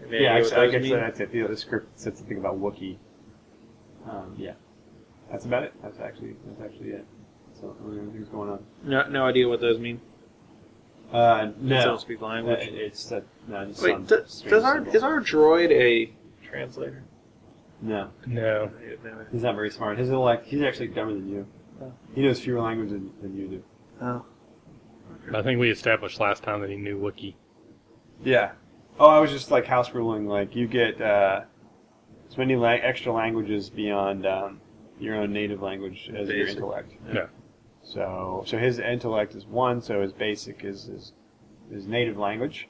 S4: Any
S2: yeah,
S4: idea
S2: actually,
S4: what
S2: I
S4: those
S2: guess
S4: mean?
S2: that's it. The other script said something about Wookiee. Um, yeah, that's about it. That's actually that's actually it. So I mean, everything's going on.
S4: No, no idea what those mean.
S2: Uh,
S4: So
S2: no,
S4: to speak
S2: Uh,
S4: language.
S2: it's that. No, just some
S4: Wait, does,
S2: strange
S4: does our
S2: symbol.
S4: is our droid a Oh. translator?
S2: no?
S5: No.
S4: I didn't know.
S2: He's not very smart. He's like he's actually dumber than you.
S4: Oh.
S2: He knows fewer languages than, than you do.
S4: Oh,
S1: I think we established last time that he knew Wookiee.
S2: Yeah. Oh, I was just like house ruling. Like you get uh, as many la- extra languages beyond um, your own native language as your
S4: Basic.
S2: intellect.
S1: Yeah.
S2: So, so his intellect is one. So his basic is his, his native language,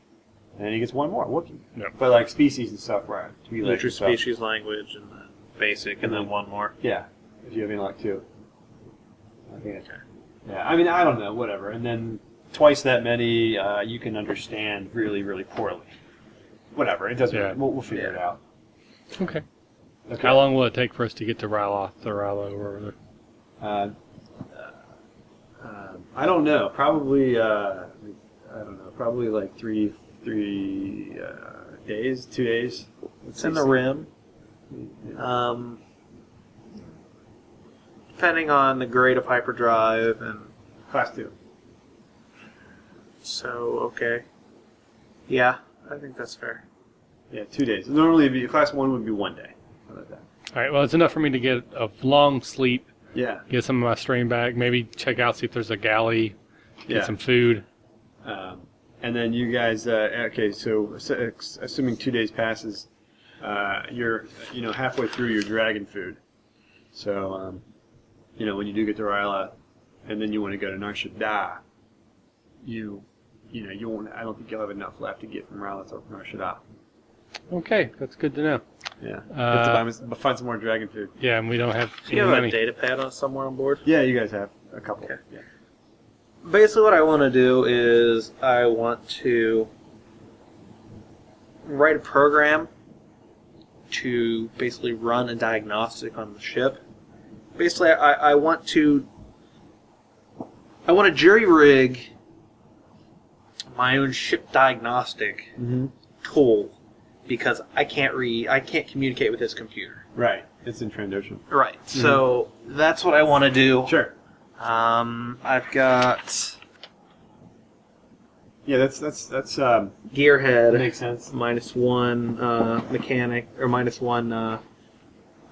S2: and then he gets one more Wookiee.
S1: Yeah.
S2: But like species and stuff, right? To be like
S4: Inter
S2: stuff.
S4: species language and then basic, and then one more.
S2: Yeah, if you have intellect too. I think that's Yeah, I mean, I don't know, whatever. And then twice that many uh, you can understand really, really poorly. Whatever, it doesn't.
S1: Yeah.
S2: We'll, we'll figure it out.
S1: Okay.
S2: Okay.
S1: How long will it take for us to get to Ryloth or Rylo or whatever?
S2: Uh, uh, I don't know. Probably. Uh, I don't know. Probably like three, three uh, days, two days.
S4: It's in the rim. Um, depending on the grade of hyperdrive, and
S2: class two.
S4: so okay. Yeah, I think that's fair.
S2: Yeah, two days. Normally, it'd be, class one would be one day. How about that?
S1: All right. Well, it's enough for me to get a long sleep,
S2: Yeah.
S1: get some of my strain back, maybe check out see if there's a galley, get
S2: Yeah.
S1: some food.
S2: Um, and then you guys, uh, okay, so ass- ex- assuming two days passes, uh, you're, you know, halfway through your dragon food. So, um, you know, when you do get to Ryla, and then you want to go to Nar Shaddaa, you, you know, you won't, I don't think you'll have enough left to get from Ryla to Nar Shaddaa.
S1: Okay, that's good to know.
S2: Yeah. You have to
S1: Uh,
S2: buy, some- find some more dragon food.
S1: yeah, and we don't have
S4: Do
S1: any
S4: you have a
S1: money.
S4: data pad on somewhere on board?
S2: Yeah, you guys have a couple.
S4: Okay.
S2: Yeah.
S4: basically what I want to do is I want to write a program to basically run a diagnostic on the ship. Basically, I, I want to I want to jury rig my own ship diagnostic
S2: Mhm.
S4: tool because I can't read I can't communicate with this computer. Mm-hmm.
S2: Right. It's in Trandoshan.
S4: Right. So that's what I want to do.
S2: Sure.
S4: Um, I've got
S2: Yeah, that's, that's, that's, um,
S4: gearhead
S2: makes sense.
S4: minus one uh, mechanic or minus one uh,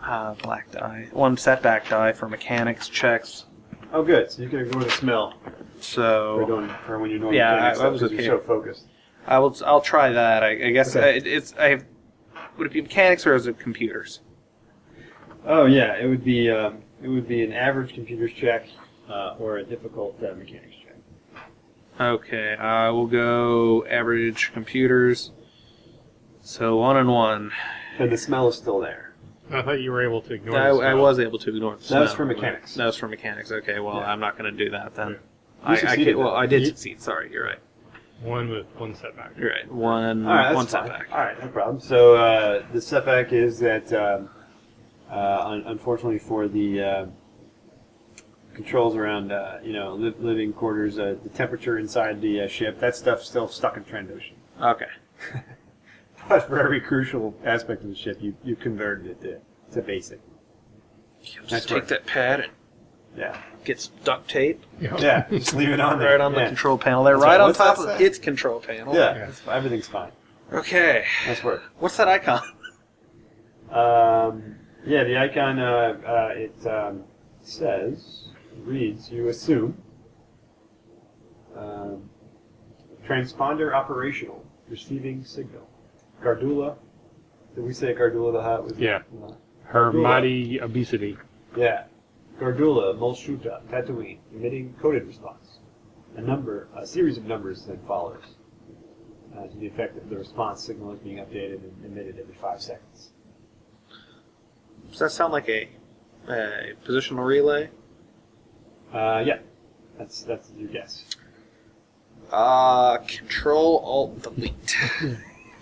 S4: uh, black die, one setback die for mechanics checks.
S2: Oh, good. So you can ignore the smell. for,
S4: So
S2: doing, for when you're doing
S4: Yeah,
S2: mechanics
S4: I- I
S2: stuff
S4: was
S2: 'cause
S4: okay.
S2: You're so focused.
S4: I will. I'll try that. I, I guess
S2: Okay.
S4: I, it's. I would it be mechanics or is it computers?
S2: Oh yeah, it would be um, it would be an average computer's check uh, or a difficult uh, mechanics check.
S4: Okay, I will go average computers. So one and one.
S2: And the smell is still there.
S1: I thought you were able to ignore.
S4: I,
S1: the
S4: I
S1: smell.
S4: was able to ignore. The
S2: That was
S4: smell.
S2: for mechanics.
S4: That was for mechanics. Okay, well
S2: Yeah.
S4: I'm not going to do that then.
S1: Yeah.
S2: You
S4: I, I
S2: succeeded,
S4: can't, well,
S2: though.
S4: I did
S2: You-
S4: succeed. Sorry, you're right.
S1: one with one setback.
S4: You're right. One.
S2: All right, that's
S4: one
S2: fine.
S4: setback.
S2: All right, no problem. So uh, the setback is that um, uh, un- unfortunately for the uh, controls around uh, you know li- living quarters, uh, the temperature inside the uh, ship, that stuff's still stuck in Trandoshan.
S4: Okay.
S2: But for every crucial aspect of the ship, you, you converted it to, to basic.
S4: Just
S2: That's
S4: take
S2: right.
S4: that pad and
S2: Yeah.
S4: get some duct tape
S2: Yeah, just leave it on there.
S4: right on the
S2: yeah.
S4: control panel there,
S2: That's
S4: right
S2: right.
S4: on
S2: What's
S4: top
S2: that
S4: of
S2: say?
S4: its control panel.
S2: Yeah, that's fi- everything's fine.
S4: Okay.
S2: Nice work.
S4: What's that icon?
S2: Um, yeah, the icon uh, uh, it um, says reads you assume um, transponder operational receiving signal Gardula. Did we say Gardula the Hut? Was
S1: Yeah.
S2: Uh,
S1: <laughs> Her
S2: Cool.
S1: mighty obesity.
S2: Yeah. Gardula, Molshuta, Tatooine, emitting coded response. A number, a series of numbers then follows. Uh, to the effect that the response signal is being updated and emitted every five seconds.
S4: Does that sound like a, a positional relay?
S2: Uh, yeah, that's that's your guess.
S4: Uh, control Alt Delete. <laughs>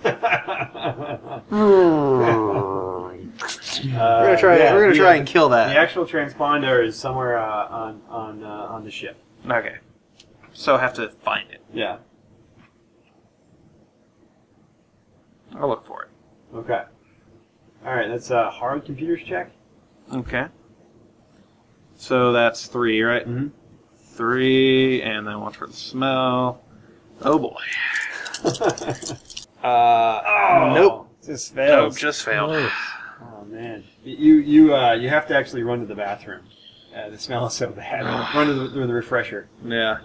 S4: Hmm.
S2: <laughs> Uh,
S4: we're gonna try. we're gonna try and kill
S2: The
S4: that.
S2: actual transponder is somewhere uh, on on uh, on the ship.
S4: Okay. So I have to find it.
S2: Yeah.
S4: I'll look for it.
S2: Okay. All right. That's uh, hard computers check.
S4: Okay. So that's three, right?
S2: Mhm.
S4: Three, and then one for the smell. Oh boy.
S2: <laughs>
S4: Uh, nope.
S2: Just
S4: Nope,
S2: Oh, fails.
S4: just failed.
S2: Oh man, you you uh, you have to actually run to the bathroom. Uh, the smell is so
S4: <sighs>
S2: bad. run to the, to the
S4: <laughs>
S2: refresher.
S4: Yeah.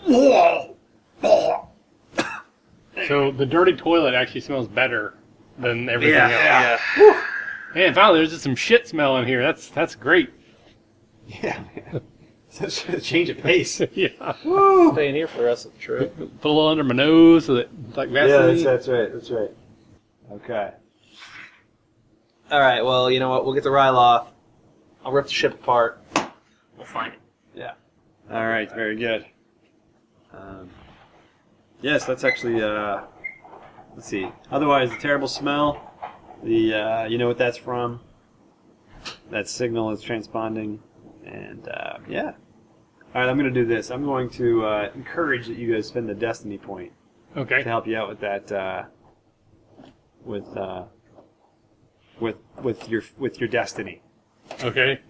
S1: So the dirty toilet actually smells better than everything
S4: Yeah.
S1: else.
S4: Yeah.
S1: Man, finally, there's just some shit smell in here. That's that's
S2: <laughs>
S1: great.
S2: Yeah, man. <laughs> Such a change of
S4: <laughs>
S2: pace.
S1: yeah.
S6: Stay in here for the rest of the trip.
S1: Put a little under my nose so that it's like Vaseline.
S2: that's right. That's right. Okay.
S4: All right. Well, you know what? We'll get the Ryloth. I'll rip the ship apart. We'll find it.
S2: All right. Very good. Um, yes, that's actually. Uh, let's see. Otherwise, the terrible smell. The uh, you know what that's from. That signal is transponding, and uh, yeah. All right, I'm going to do this. I'm going to uh, encourage that you guys spend the destiny point
S1: okay.
S2: to help you out with that. Uh, with uh, with with your with your destiny.
S1: Okay.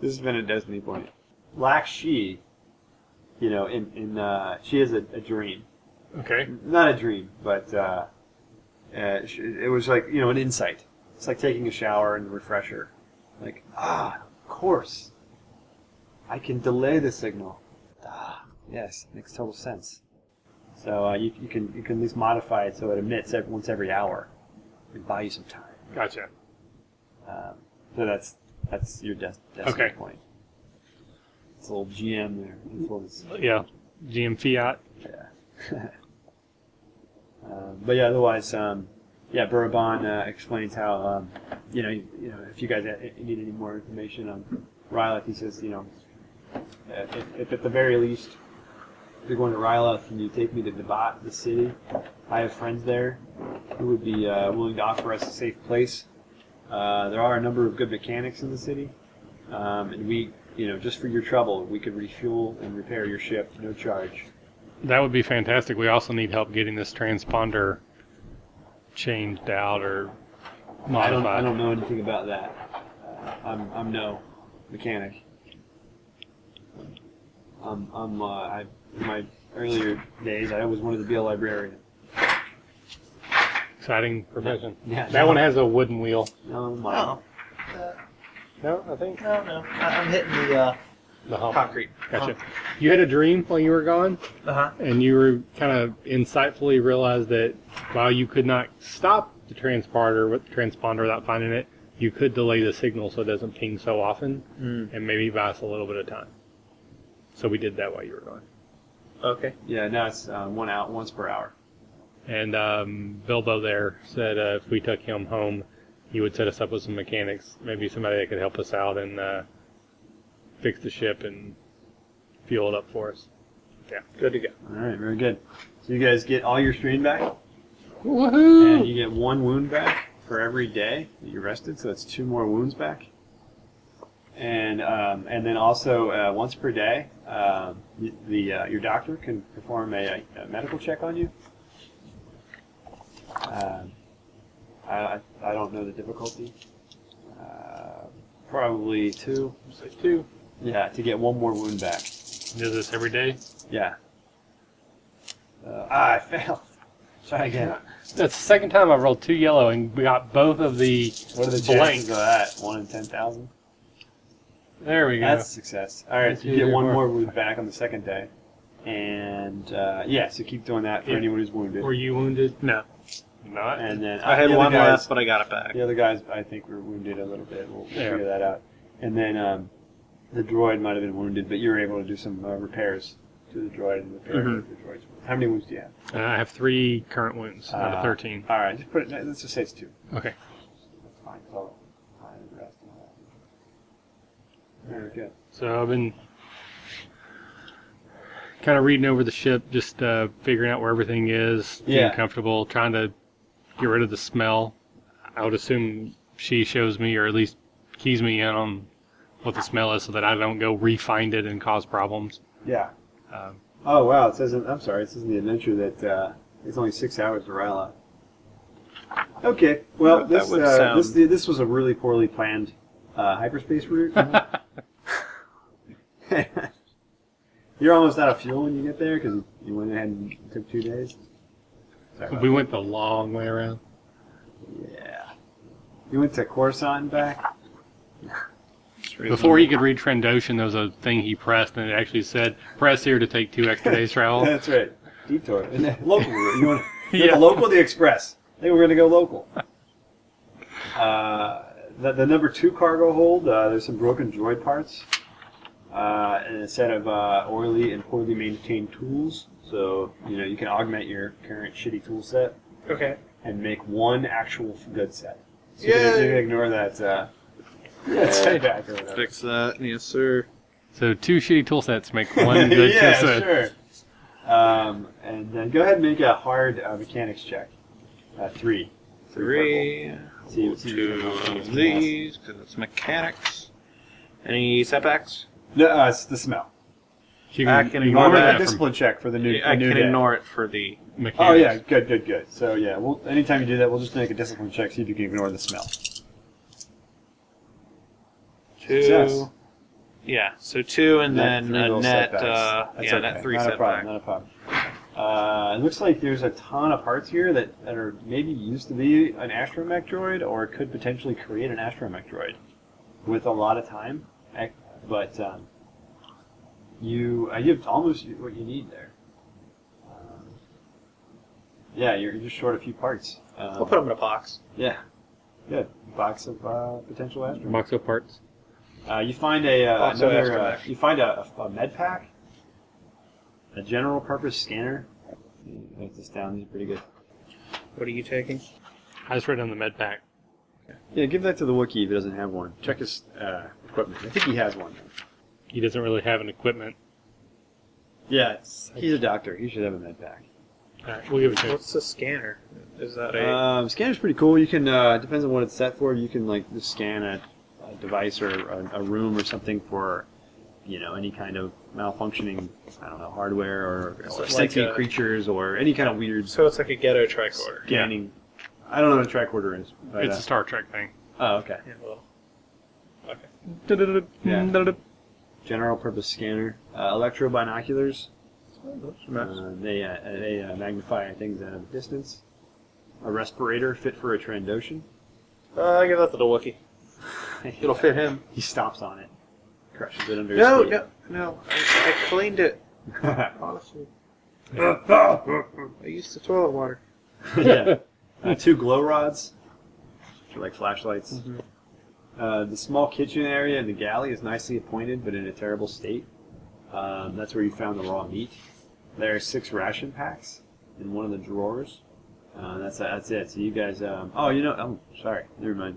S2: This has been a destiny point. Black she, you know, in in uh, she has a, a dream,
S1: Okay.
S2: not a dream, but uh, uh, sh it was like you know an insight. It's like taking a shower and a refresher. Like ah, of course, I can delay the signal. Ah, yes, makes total sense. So uh, you you can you can at least modify it so it emits every, once every hour, and buy you some time.
S1: Gotcha.
S2: Um, so that's that's your des- decimal
S1: Okay.
S2: point. It's a little GM there. It's a little-
S1: Yeah. GM Fiat.
S2: <laughs> um, but yeah, otherwise, um, yeah, Bourbon uh, explains how um, you know you, you know if you guys a- need any more information on Ryloth, he says you know uh, if, if- if at the very least if you're going to Ryloth, can you take me to Debat, the city? I have friends there who would be uh, willing to offer us a safe place. Uh, there are a number of good mechanics in the city, um, and we, you know, just for your trouble, we could refuel and repair your ship, no charge.
S1: That would be fantastic. We also need help getting this transponder changed out or
S2: I don't,
S1: modified.
S2: I don't know anything about that. Uh, I'm, I'm no mechanic. Um, I'm, uh, I, in my earlier days, I always wanted to be a librarian. <laughs>
S1: Exciting profession.
S2: Yeah,
S1: That one has a wooden wheel.
S2: No, I'm lying.
S6: Oh.
S1: No, I think
S6: No, no. I, I'm hitting the uh,
S1: the hump.
S6: concrete.
S1: Gotcha. You had a dream while you were gone,
S6: Uh huh.
S1: and you were kind of insightfully realized that while you could not stop the transponder with transponder without finding it, you could delay the signal so it doesn't ping so often, and maybe buy us a little bit of time. So we did that while you were gone.
S6: Okay.
S2: Yeah, now it's uh, one out once per hour.
S1: And um, Bilbo there said uh, if we took him home, he would set us up with some mechanics, maybe somebody that could help us out and uh, fix the ship and fuel it up for us. Yeah, good to go.
S2: All right, very good. So you guys get all your strain back. And
S1: Woohoo!
S2: you get one wound back for every day that you rested, so that's two more wounds back. And um, and then also uh, once per day, um, y- the uh, your doctor can perform a, a medical check on you. Um, I, I I don't know the difficulty. Uh, probably two.
S1: Say two.
S2: Yeah, to get one more wound back.
S1: Does this every day?
S2: Yeah. Uh, ah, I <laughs> failed. Try again.
S1: That's the second time I rolled two yellow and we got both of the.
S2: What are the chances
S1: Blank.
S2: of that? One in ten thousand.
S1: There we go.
S2: That's a success. All right,
S1: That's
S2: so you get
S1: either
S2: one
S1: or.
S2: more wound back on the second day, and uh, yeah, so keep doing that for
S1: Yeah.
S2: anyone who's wounded.
S1: Were you wounded? No. Not.
S2: And then
S4: I had
S2: the other
S4: one
S2: guys,
S4: left, but I got it back.
S2: The other guys, I think, were wounded a little bit. We'll, we'll
S1: Yeah.
S2: figure that out. And then um, the droid might have been wounded, but you were able to do some uh, repairs to the droid and repair
S4: Mhm.
S2: the droid's. How many wounds do you have?
S1: Uh, I have three current wounds out
S2: Uh,
S1: of 13.
S2: All right, just put it. Let's just say it's two.
S1: Okay.
S2: Fine, so fine, the rest and all that. Very good.
S1: So I've been kind of reading over the ship, just uh, figuring out where everything is, being
S2: Yeah.
S1: comfortable, trying to get rid of the smell. I would assume she shows me, or at least keys me in on what the smell is, so that I don't go re-find it and cause problems.
S2: Yeah.
S1: Um,
S2: Oh wow! It says in, I'm sorry. It says in the adventure that uh, it's only six hours to Ryla. Okay. Well,
S3: That
S2: this,
S3: would
S2: uh,
S3: sound-
S2: this this was a really poorly planned uh, hyperspace route. <laughs> You're almost out of fuel when you get there because you went ahead and took two days. Sorry about
S1: we went the long way around.
S2: that. yeah. You went to Coruscant and back.
S1: Before he could read Trendoshan, there was a thing he pressed, and it actually said, "Press here to take two extra days
S2: <laughs>
S1: travel."
S2: That's right. <laughs> Detour. And then local route. You want you
S1: Yeah.
S2: want the local, or the express. I think we're going to go <laughs> local. Uh, the, the number two cargo hold. Uh, there's some broken droid parts, uh, and a set of uh, oily and poorly maintained tools. So you know you can augment your current shitty tool set
S6: Okay.
S2: and make one actual good set. So you can, you can ignore that. Uh, that <laughs> setback or whatever.
S3: Fix that, yes, sir.
S1: So two shitty tool sets make
S2: <laughs>
S1: one good
S2: yeah,
S1: tool set.
S2: sure. Um, and then go ahead and make a hard uh, mechanics check. Uh, three.
S3: Three,
S2: purple. See, what- see
S3: two
S2: what you
S3: of
S2: can
S3: these, because it's mechanics. Any setbacks?
S2: No, uh, it's the smell.
S1: You
S3: I
S1: can,
S3: can
S1: ignore
S2: Well,
S3: Ignore
S2: a
S1: that from
S2: discipline check for the new.
S3: I
S2: the new
S3: can
S2: day.
S3: ignore it for the.
S1: mechanics.
S2: Oh yeah, good, good, good. So yeah, well, anytime you do that, we'll just make a discipline check. See if you can ignore the smell.
S3: Two.
S2: Success.
S3: Yeah, so two and
S2: Net
S3: then
S2: three
S3: a
S2: little
S3: net,
S2: setbacks.
S3: uh,
S2: That's
S3: yeah,
S2: okay.
S3: net three
S2: not
S3: setback.
S2: a problem. Not a problem. Uh, it looks like there's a ton of parts here that, that are maybe used to be an astromech droid or could potentially create an astromech droid with a lot of time. Ac- But um, you uh, you have almost what you need there. Um, yeah, you're just short a few parts. Um,
S6: We'll put them in a box.
S2: Yeah, good box of uh, potential astromech.
S1: Box of parts.
S2: Uh, you find a uh,
S6: Also
S2: another. Uh,
S6: extract.
S2: you find a, a, a med pack, a general purpose scanner. Write this down. These are pretty good.
S6: What are you taking?
S1: I just read on the med pack.
S2: Yeah, give that to the Wookiee if he doesn't have one. Check his uh, equipment. I think he has one.
S1: He doesn't really have an equipment.
S2: Yeah, it's, he's a doctor. He should have a med pack.
S1: All right, we'll give it to him.
S6: What's the scanner? Is that a
S3: Uh,
S2: Um, scanner's pretty cool. You can uh, it depends on what it's set for. You can like just scan a, a device or a, a room or something for, you know, any kind of malfunctioning. I don't know, hardware or, or
S6: So like
S2: sentient
S6: a-
S2: creatures or any kind of weird
S6: so it's like a ghetto tricorder.
S2: scanning. I don't know what a tricorder is. But,
S1: It's
S2: uh,
S1: a Star Trek thing.
S2: Oh, okay.
S6: Yeah, well,
S2: Yeah. General purpose scanner, uh, electro binoculars. Uh, they uh, they uh, magnify things at a distance. A respirator fit for a Trandoshan.
S6: uh, I give that to the Wookie.
S2: <laughs>
S4: It'll fit him.
S2: he stomps on it, crushes it under
S4: No,
S2: his
S4: no, no. I, I cleaned it.
S2: No,
S4: Honestly. I used the toilet water.
S2: <laughs> <laughs> yeah. Uh, two glow rods, which are like flashlights. Uh, the small kitchen area in the galley is nicely appointed, but in a terrible state. Um, that's where you found the raw meat. There are six ration packs in one of the drawers. Uh, that's that's it. So you guys, um, oh, you know, oh, sorry, never mind.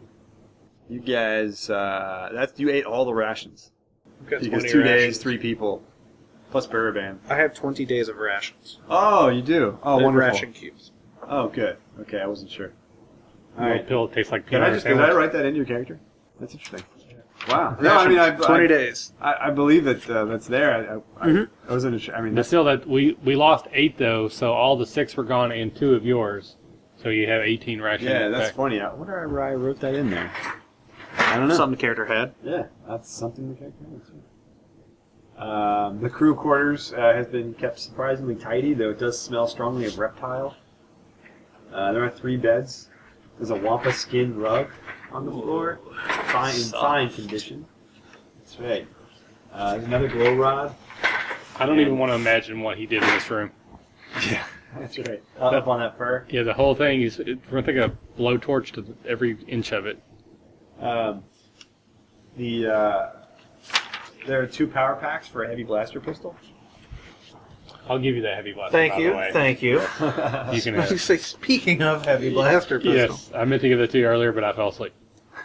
S2: You guys, uh, that's you ate all the rations
S6: I've got
S2: because
S6: 20
S2: two
S6: rations.
S2: days, three people, plus Baraban.
S4: I have 20 days of rations.
S2: Oh, you do. Oh,
S4: They're
S2: wonderful.
S4: Ration cubes.
S2: Oh, good. Okay, I wasn't sure. All
S1: Little
S2: right.
S1: pill tastes like
S2: Did I
S1: peanut
S2: just did
S1: sandwich.
S2: I write that into your character? That's interesting. Wow. No, I
S4: Rations,
S2: mean I,
S4: 20
S2: I,
S4: days.
S2: I, I believe that uh, that's there. I, I, I wasn't. sure- I mean,
S1: But
S2: that's,
S1: still, that we we lost eight though, so all the six were gone and two of yours. So you have eighteen rations.
S2: yeah, that's
S1: back.
S2: funny. I wonder why I wrote that in there. I don't know.
S4: Something the character had.
S2: Yeah, that's something the character has. yeah. Um, the crew quarters uh, has been kept surprisingly tidy, though it does smell strongly of reptile. Uh, there are three beds. There's a wampa skin rug on the floor, fine in fine condition. That's right. Uh, there's another glow rod.
S1: I don't even want to imagine what he did in this room.
S2: Yeah, that's right. Up, up on that fur.
S1: Yeah, the whole thing is we're thinking of blowtorch to every inch of it.
S2: Um, the uh, there are two power packs for a heavy blaster pistol.
S1: I'll give you that heavy blast.
S4: Thank
S1: by
S4: you.
S1: The way.
S4: Thank you.
S1: you can
S4: I
S1: have.
S4: was
S1: it.
S4: say, speaking of heavy blaster pistol.
S1: Yes, I meant to give that to you earlier, but I fell asleep.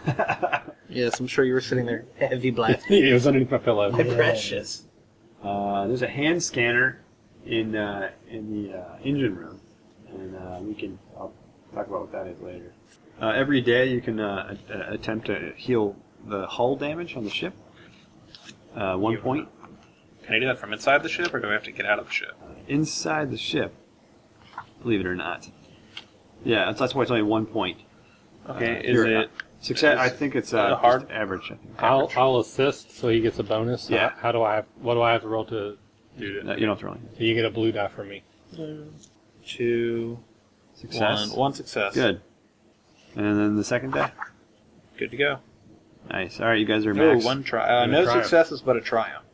S2: <laughs>
S4: Yes, I'm sure you were
S1: <laughs>
S4: sitting there. Heavy blaster.
S1: it was underneath my pillow.
S4: precious.
S2: Uh, there's a hand scanner in uh, in the uh, engine room, and uh, we can I'll talk about what that is later. Uh, every day you can uh, a- a- attempt to heal the hull damage on the ship. Uh, one point
S3: Can I do that from inside the ship, or do I have to get out of the ship?
S2: inside the ship. Believe it or not. Yeah, that's, that's why it's only one point.
S3: Okay,
S2: Uh,
S3: is
S2: you're-
S3: it
S2: Success.
S3: is
S2: I think it's
S3: it
S2: uh,
S3: a hard-
S2: just average. I think.
S1: I'll I'll assist, so he gets a bonus. So
S2: Yeah.
S1: How do I? What do I have to roll to do
S2: Uh,
S1: that?
S2: you don't throw anything.
S1: So you get a blue die from me.
S3: two,
S2: Success.
S3: one, one success?
S2: Good. And then the second die.
S3: good to go.
S2: Nice. All right, you guys are
S3: No,
S2: maxed.
S3: one tri- uh,
S1: And a
S3: no
S1: triumph.
S3: successes, but a triumph.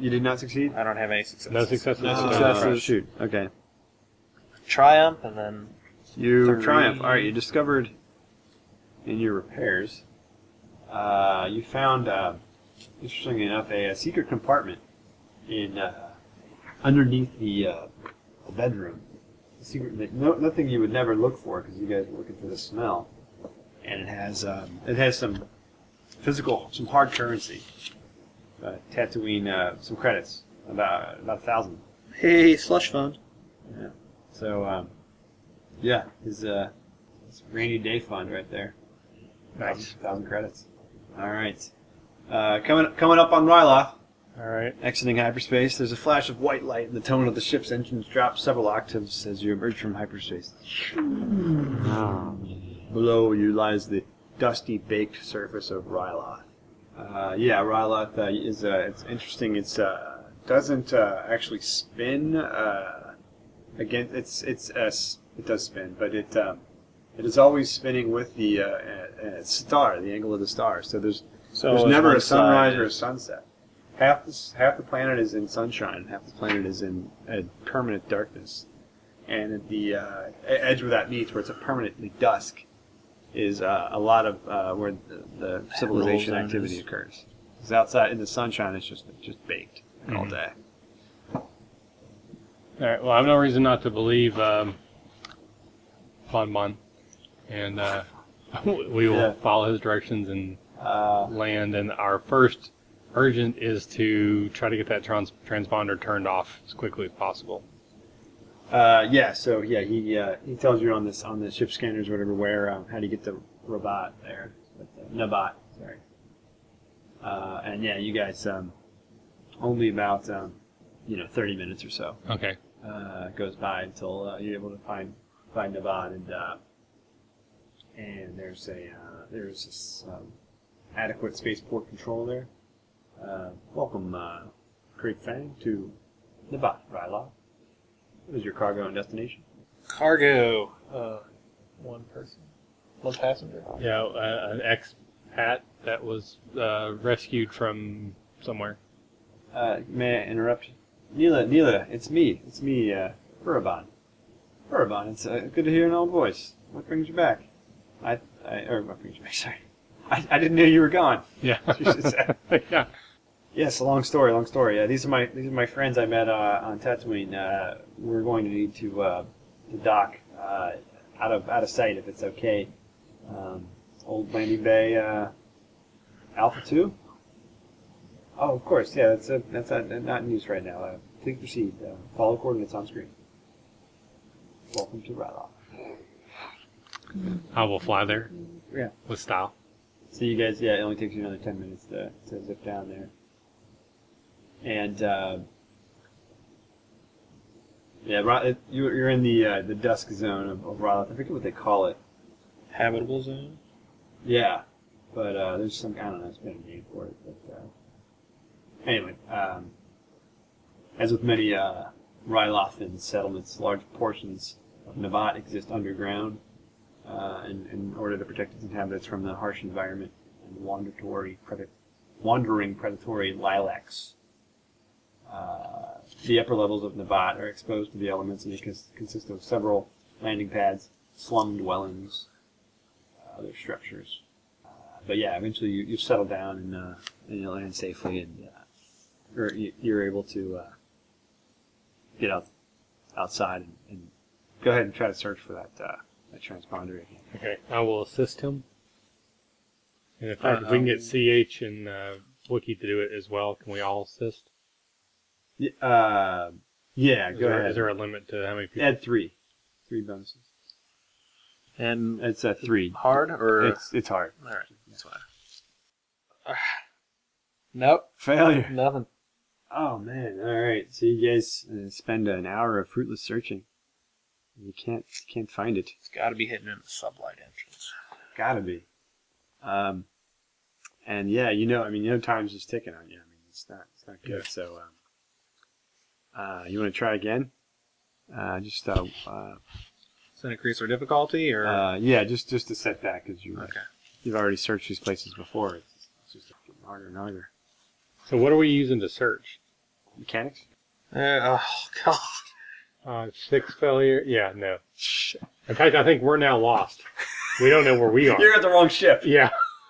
S2: You did not succeed.
S3: I don't have any successes.
S1: No successes.
S3: No
S1: Uh,
S3: successes.
S2: Oh, shoot. Okay.
S3: Triumph, and then
S2: You
S3: Three.
S2: triumph. All right, you discovered in your repairs, uh, you found, uh, interestingly enough, a, a secret compartment in uh, underneath the uh, the bedroom. A secret, no, nothing you would never look for because you guys were looking for the smell, and it has um, it has some physical, some hard currency, uh, Tatooine, uh, some credits, about about a thousand.
S4: Hey, slush fund.
S2: So, um, yeah, his, uh, his rainy day fund right there.
S1: Nice.
S2: Thousand, credits. All right. Uh, coming coming up on Ryloth,
S1: All right.
S2: exiting hyperspace. There's a flash of white light, and the tone of the ship's engines drops several octaves as you emerge from hyperspace. Below you lies the dusty, baked surface of Ryloth. Uh, yeah, Ryloth uh, is uh, it's interesting. It's uh, doesn't uh, actually spin. Uh, again, it's it's uh, s- it does spin, but it um, it is always spinning with the uh, uh, uh, star, the angle of the star. So there's
S3: so
S2: there's
S3: it's
S2: never
S3: one
S2: a sunrise
S3: side.
S2: or a sunset. Half the, s- half the planet is in sunshine, half the planet is in uh, permanent darkness. And at the uh, e- edge where that meets, where it's a permanently dusk, is uh, a lot of uh, where the, the civilization
S3: zone
S2: activity
S3: is-
S2: occurs. Because outside in the sunshine, it's just just baked all
S1: Mhm.
S2: day.
S1: All right. Well, I have no reason not to believe um, Bon Bon, and uh, <laughs> we will
S2: Yeah.
S1: follow his directions and
S2: Uh,
S1: land. And our first urgent is to try to get that trans- transponder turned off as quickly as possible.
S2: uh, yeah, so yeah, he uh, he tells you on this on the ship scanners, or whatever, where um, how to get the robot there, but the Nabot, sorry. Uh, and yeah, you guys, um, only about um, you know thirty minutes or so
S1: Okay.
S2: uh, goes by until uh, you're able to find find Navan and uh, and there's a uh, there's this um, adequate spaceport control there. Uh, welcome, uh, Craig Fang, to Navan, Rylock. What is your cargo and destination?
S6: Cargo. Uh, one person. One passenger.
S1: Yeah, uh, an expat that was uh, rescued from somewhere.
S2: Uh, may I interrupt? you? Neela, Neela, it's me. It's me, uh, Furibon. Furibon, it's uh, good to hear an old voice. What brings you back? I, I or what brings you back, <laughs> sorry. I, I didn't know you were gone.
S1: Yeah. <laughs> yeah.
S2: Yes, a long story, long story. Yeah, these are my these are my friends I met uh, on Tatooine. Uh, we're going to need to uh, to dock uh, out of out of sight if it's okay. Um, old Landing Bay uh, Alpha Two. Oh, of course. Yeah, that's a, that's not not in use right now. Uh, please proceed. Uh, follow coordinates on screen. Welcome to Ryloth.
S1: I will fly there.
S2: Yeah.
S1: With style.
S2: So you guys, yeah, it only takes you another ten minutes to, to zip down there. And uh, yeah, Ra- it- you- you're in the uh, the dusk zone of, of Ryloth. I forget what they call it.
S3: habitable zone.
S2: Yeah, but uh, there's some I don't know. It's been a name for it, but uh, anyway, um, as with many uh, Rylothan settlements, large portions of Navat exist underground uh, in, in order to protect its inhabitants from the harsh environment and wandatory predat- wandering predatory lilacs. Uh, the upper levels of Navat are exposed to the elements and they cons- consist of several landing pads, slum dwellings, other structures. Uh, but yeah, eventually you, you settle down and, uh, and you land safely, and uh, you're, you- you're able to uh, get out outside and, and go ahead and try to search for that uh, that transponder again.
S1: Okay. I will assist him. And if, I, if we can
S2: um,
S1: get CH and uh, Wookie to do it as well, can we all assist?
S2: Y- Uh, Yeah,
S1: Is
S2: go
S1: there,
S2: ahead.
S1: is there a limit to how many people?
S2: Add three, three bonuses.
S6: And
S2: It's a three.
S6: hard or
S2: It's it's hard.
S6: all right. That's fine. <sighs>
S1: Nope,
S2: Failure.
S1: nothing.
S2: Oh man! All right. So you guys uh, spend an hour of fruitless searching. You can't can't find it.
S6: It's got to be hidden in the sublight entrance.
S2: Gotta be. Um, and yeah, you know, I mean, you know, time's just ticking on you. I mean, it's not, it's not good. So, um, uh, you want to try again? Uh, just uh, uh,
S6: Does that increase our difficulty or?
S2: uh, yeah, just just to set back because you uh,
S6: okay.
S2: you've already searched these places before. It's, it's just getting harder and harder.
S1: So what are we using to search?
S2: Mechanics.
S6: Uh, oh god.
S1: Uh, six failure. Yeah, no. In fact, I think we're now lost. We don't know where we
S2: <laughs>
S1: are.
S2: at the wrong ship.
S1: yeah.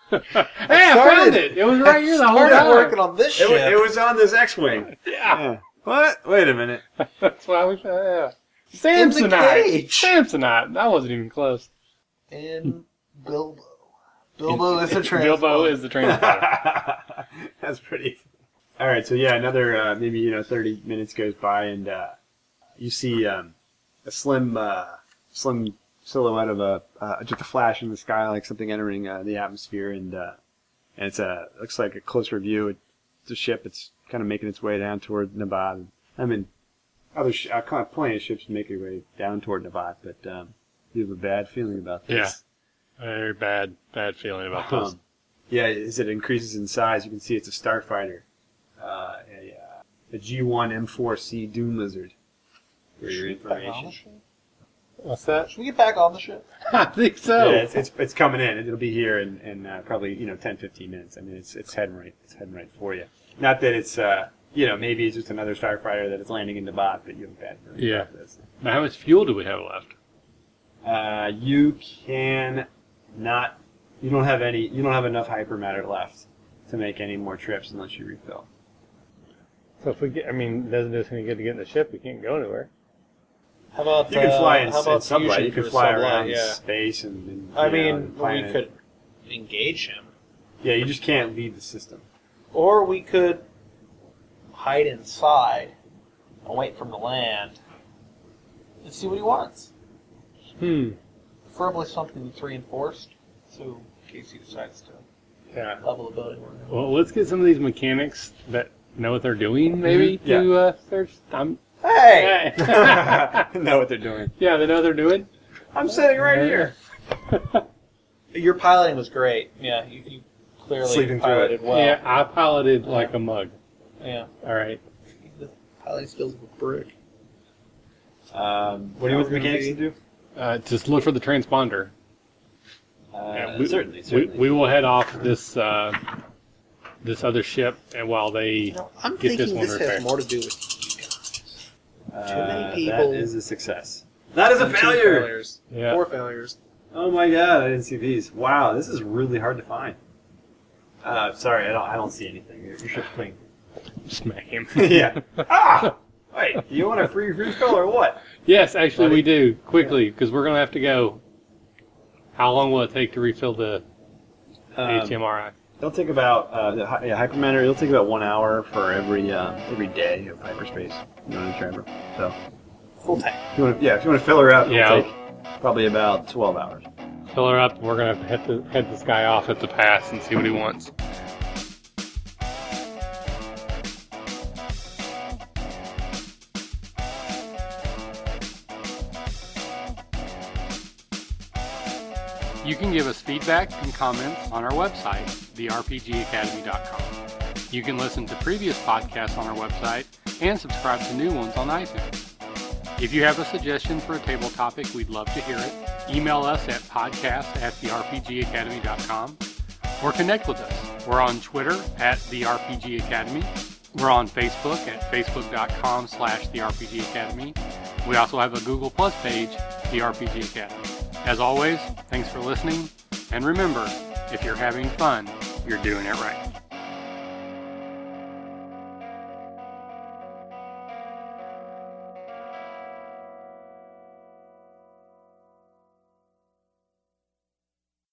S1: hey, I found it. It was right here the whole time.
S6: on this
S2: It, wa- it was on this X-wing.
S1: <laughs> Yeah.
S2: What? Wait a minute.
S1: That's why we found yeah. Samsonite. Samsonite. That wasn't even close.
S6: And Bilbo. Bilbo is a trans.
S1: Bilbo is the
S2: <laughs>
S1: transporter.
S2: That's pretty. All right, so yeah, another uh, maybe you know thirty minutes goes by, and uh, you see um, a slim, uh, slim silhouette of a uh, just a flash in the sky, like something entering uh, the atmosphere, and uh, and it's a looks like a closer view. It's a ship. It's kind of making its way down toward Nabat. I mean, other sh- uh, kind of plenty of ships make their way down toward Nabat, but um, you have a bad feeling about this.
S1: Yeah. Very bad, bad feeling about this.
S2: Um, yeah, as it increases in size, you can see it's a starfighter, uh, a, uh, a G1 M4C Doom Lizard. For your information,
S1: What's that?
S6: Should we get back on the ship?
S1: <laughs> I think so.
S2: yeah, it's, it's, it's coming in. It'll be here in, in uh, probably you know 10, 15 minutes. I mean, it's it's heading right it's heading right for you. Not that it's uh, you know maybe it's just another starfighter that is landing in the bot, but you have a bad feeling
S1: Yeah.
S2: about this.
S1: Now, how much fuel do we have left?
S2: Uh, you can not. You don't have any. You don't have enough hypermatter left to make any more trips unless you refill.
S1: So if we get, I mean, doesn't this going to get to get in the ship? We can't go anywhere.
S6: How about
S2: You can fly in,
S6: uh, how
S2: in
S6: about
S2: sublight.
S6: fusion
S2: You can
S6: for
S2: fly
S6: sublight,
S2: around
S6: Yeah.
S2: space and. and
S6: I
S2: you know,
S6: mean,
S2: and
S6: we
S2: planet.
S6: could engage him,
S2: Yeah, you just can't leave the system.
S6: or we could hide inside and wait for him to land and see what he wants.
S1: Hmm.
S6: Preferably something that's reinforced, so in case he decides to <laughs>
S1: Yeah.
S6: level the building.
S1: Well, let's get some of these mechanics that know what they're doing, maybe,
S2: Mhm.
S1: to uh, search. I'm,
S6: Hey,
S2: <laughs>
S1: <laughs>
S2: know what they're doing.
S1: yeah, they know what they're doing. Uh,
S2: I'm sitting right here.
S6: your piloting was great. Yeah, you, you clearly
S2: Sleeping through
S6: piloted well.
S1: yeah, I piloted like a mug.
S6: yeah.
S1: All right.
S6: Piloting skills of a brick.
S2: Um, what do you want the mechanics to do?
S1: Uh, just look for the transponder.
S2: Uh,
S1: Yeah, we-
S2: certainly,
S1: We,
S2: certainly.
S1: we will head off this uh, this other ship, and while they
S6: I'm
S1: Get this
S6: thinking
S1: one
S6: this,
S1: repaired.
S6: has more to do with you guys.
S2: Uh,
S6: many people.
S2: That is a success. That is a
S6: Two
S2: failure.
S6: failures.
S1: yeah,
S6: Four failures.
S2: Oh my god, I didn't see these. Wow, this is really hard to find. Uh, sorry, I don't. I don't see anything. Your your ship's clean. <laughs>
S1: smack him.
S2: yeah. Ah. Wait. Do you want a free refill or what?
S1: Yes, actually we do quickly because we're gonna have to go. How long will it take to refill the
S2: Um,
S1: HMRI?
S2: It'll take about uh, the hy- yeah, hypermatter. It'll take about one hour for every um, every day of hyperspace. You know, Trevor. So
S6: Full tank.
S2: if you want to, yeah, if you want to fill her up, it'll
S1: Yeah.
S2: take probably about twelve hours.
S1: Fill her up. We're gonna have to head, the, head this guy off at the pass and see what he wants. You can give us feedback and comments on our website, therpgacademy.com. You can listen to previous podcasts on our website and subscribe to new ones on iTunes. If you have a suggestion for a table topic, we'd love to hear it. Email us at podcast at therpgacademy.com or connect with us. We're on Twitter at the RPG Academy. We're on Facebook at facebook.com slash the RPG Academy. We also have a Google Plus page, the RPG Academy. As always, thanks for listening, and remember, if you're having fun, you're doing it right.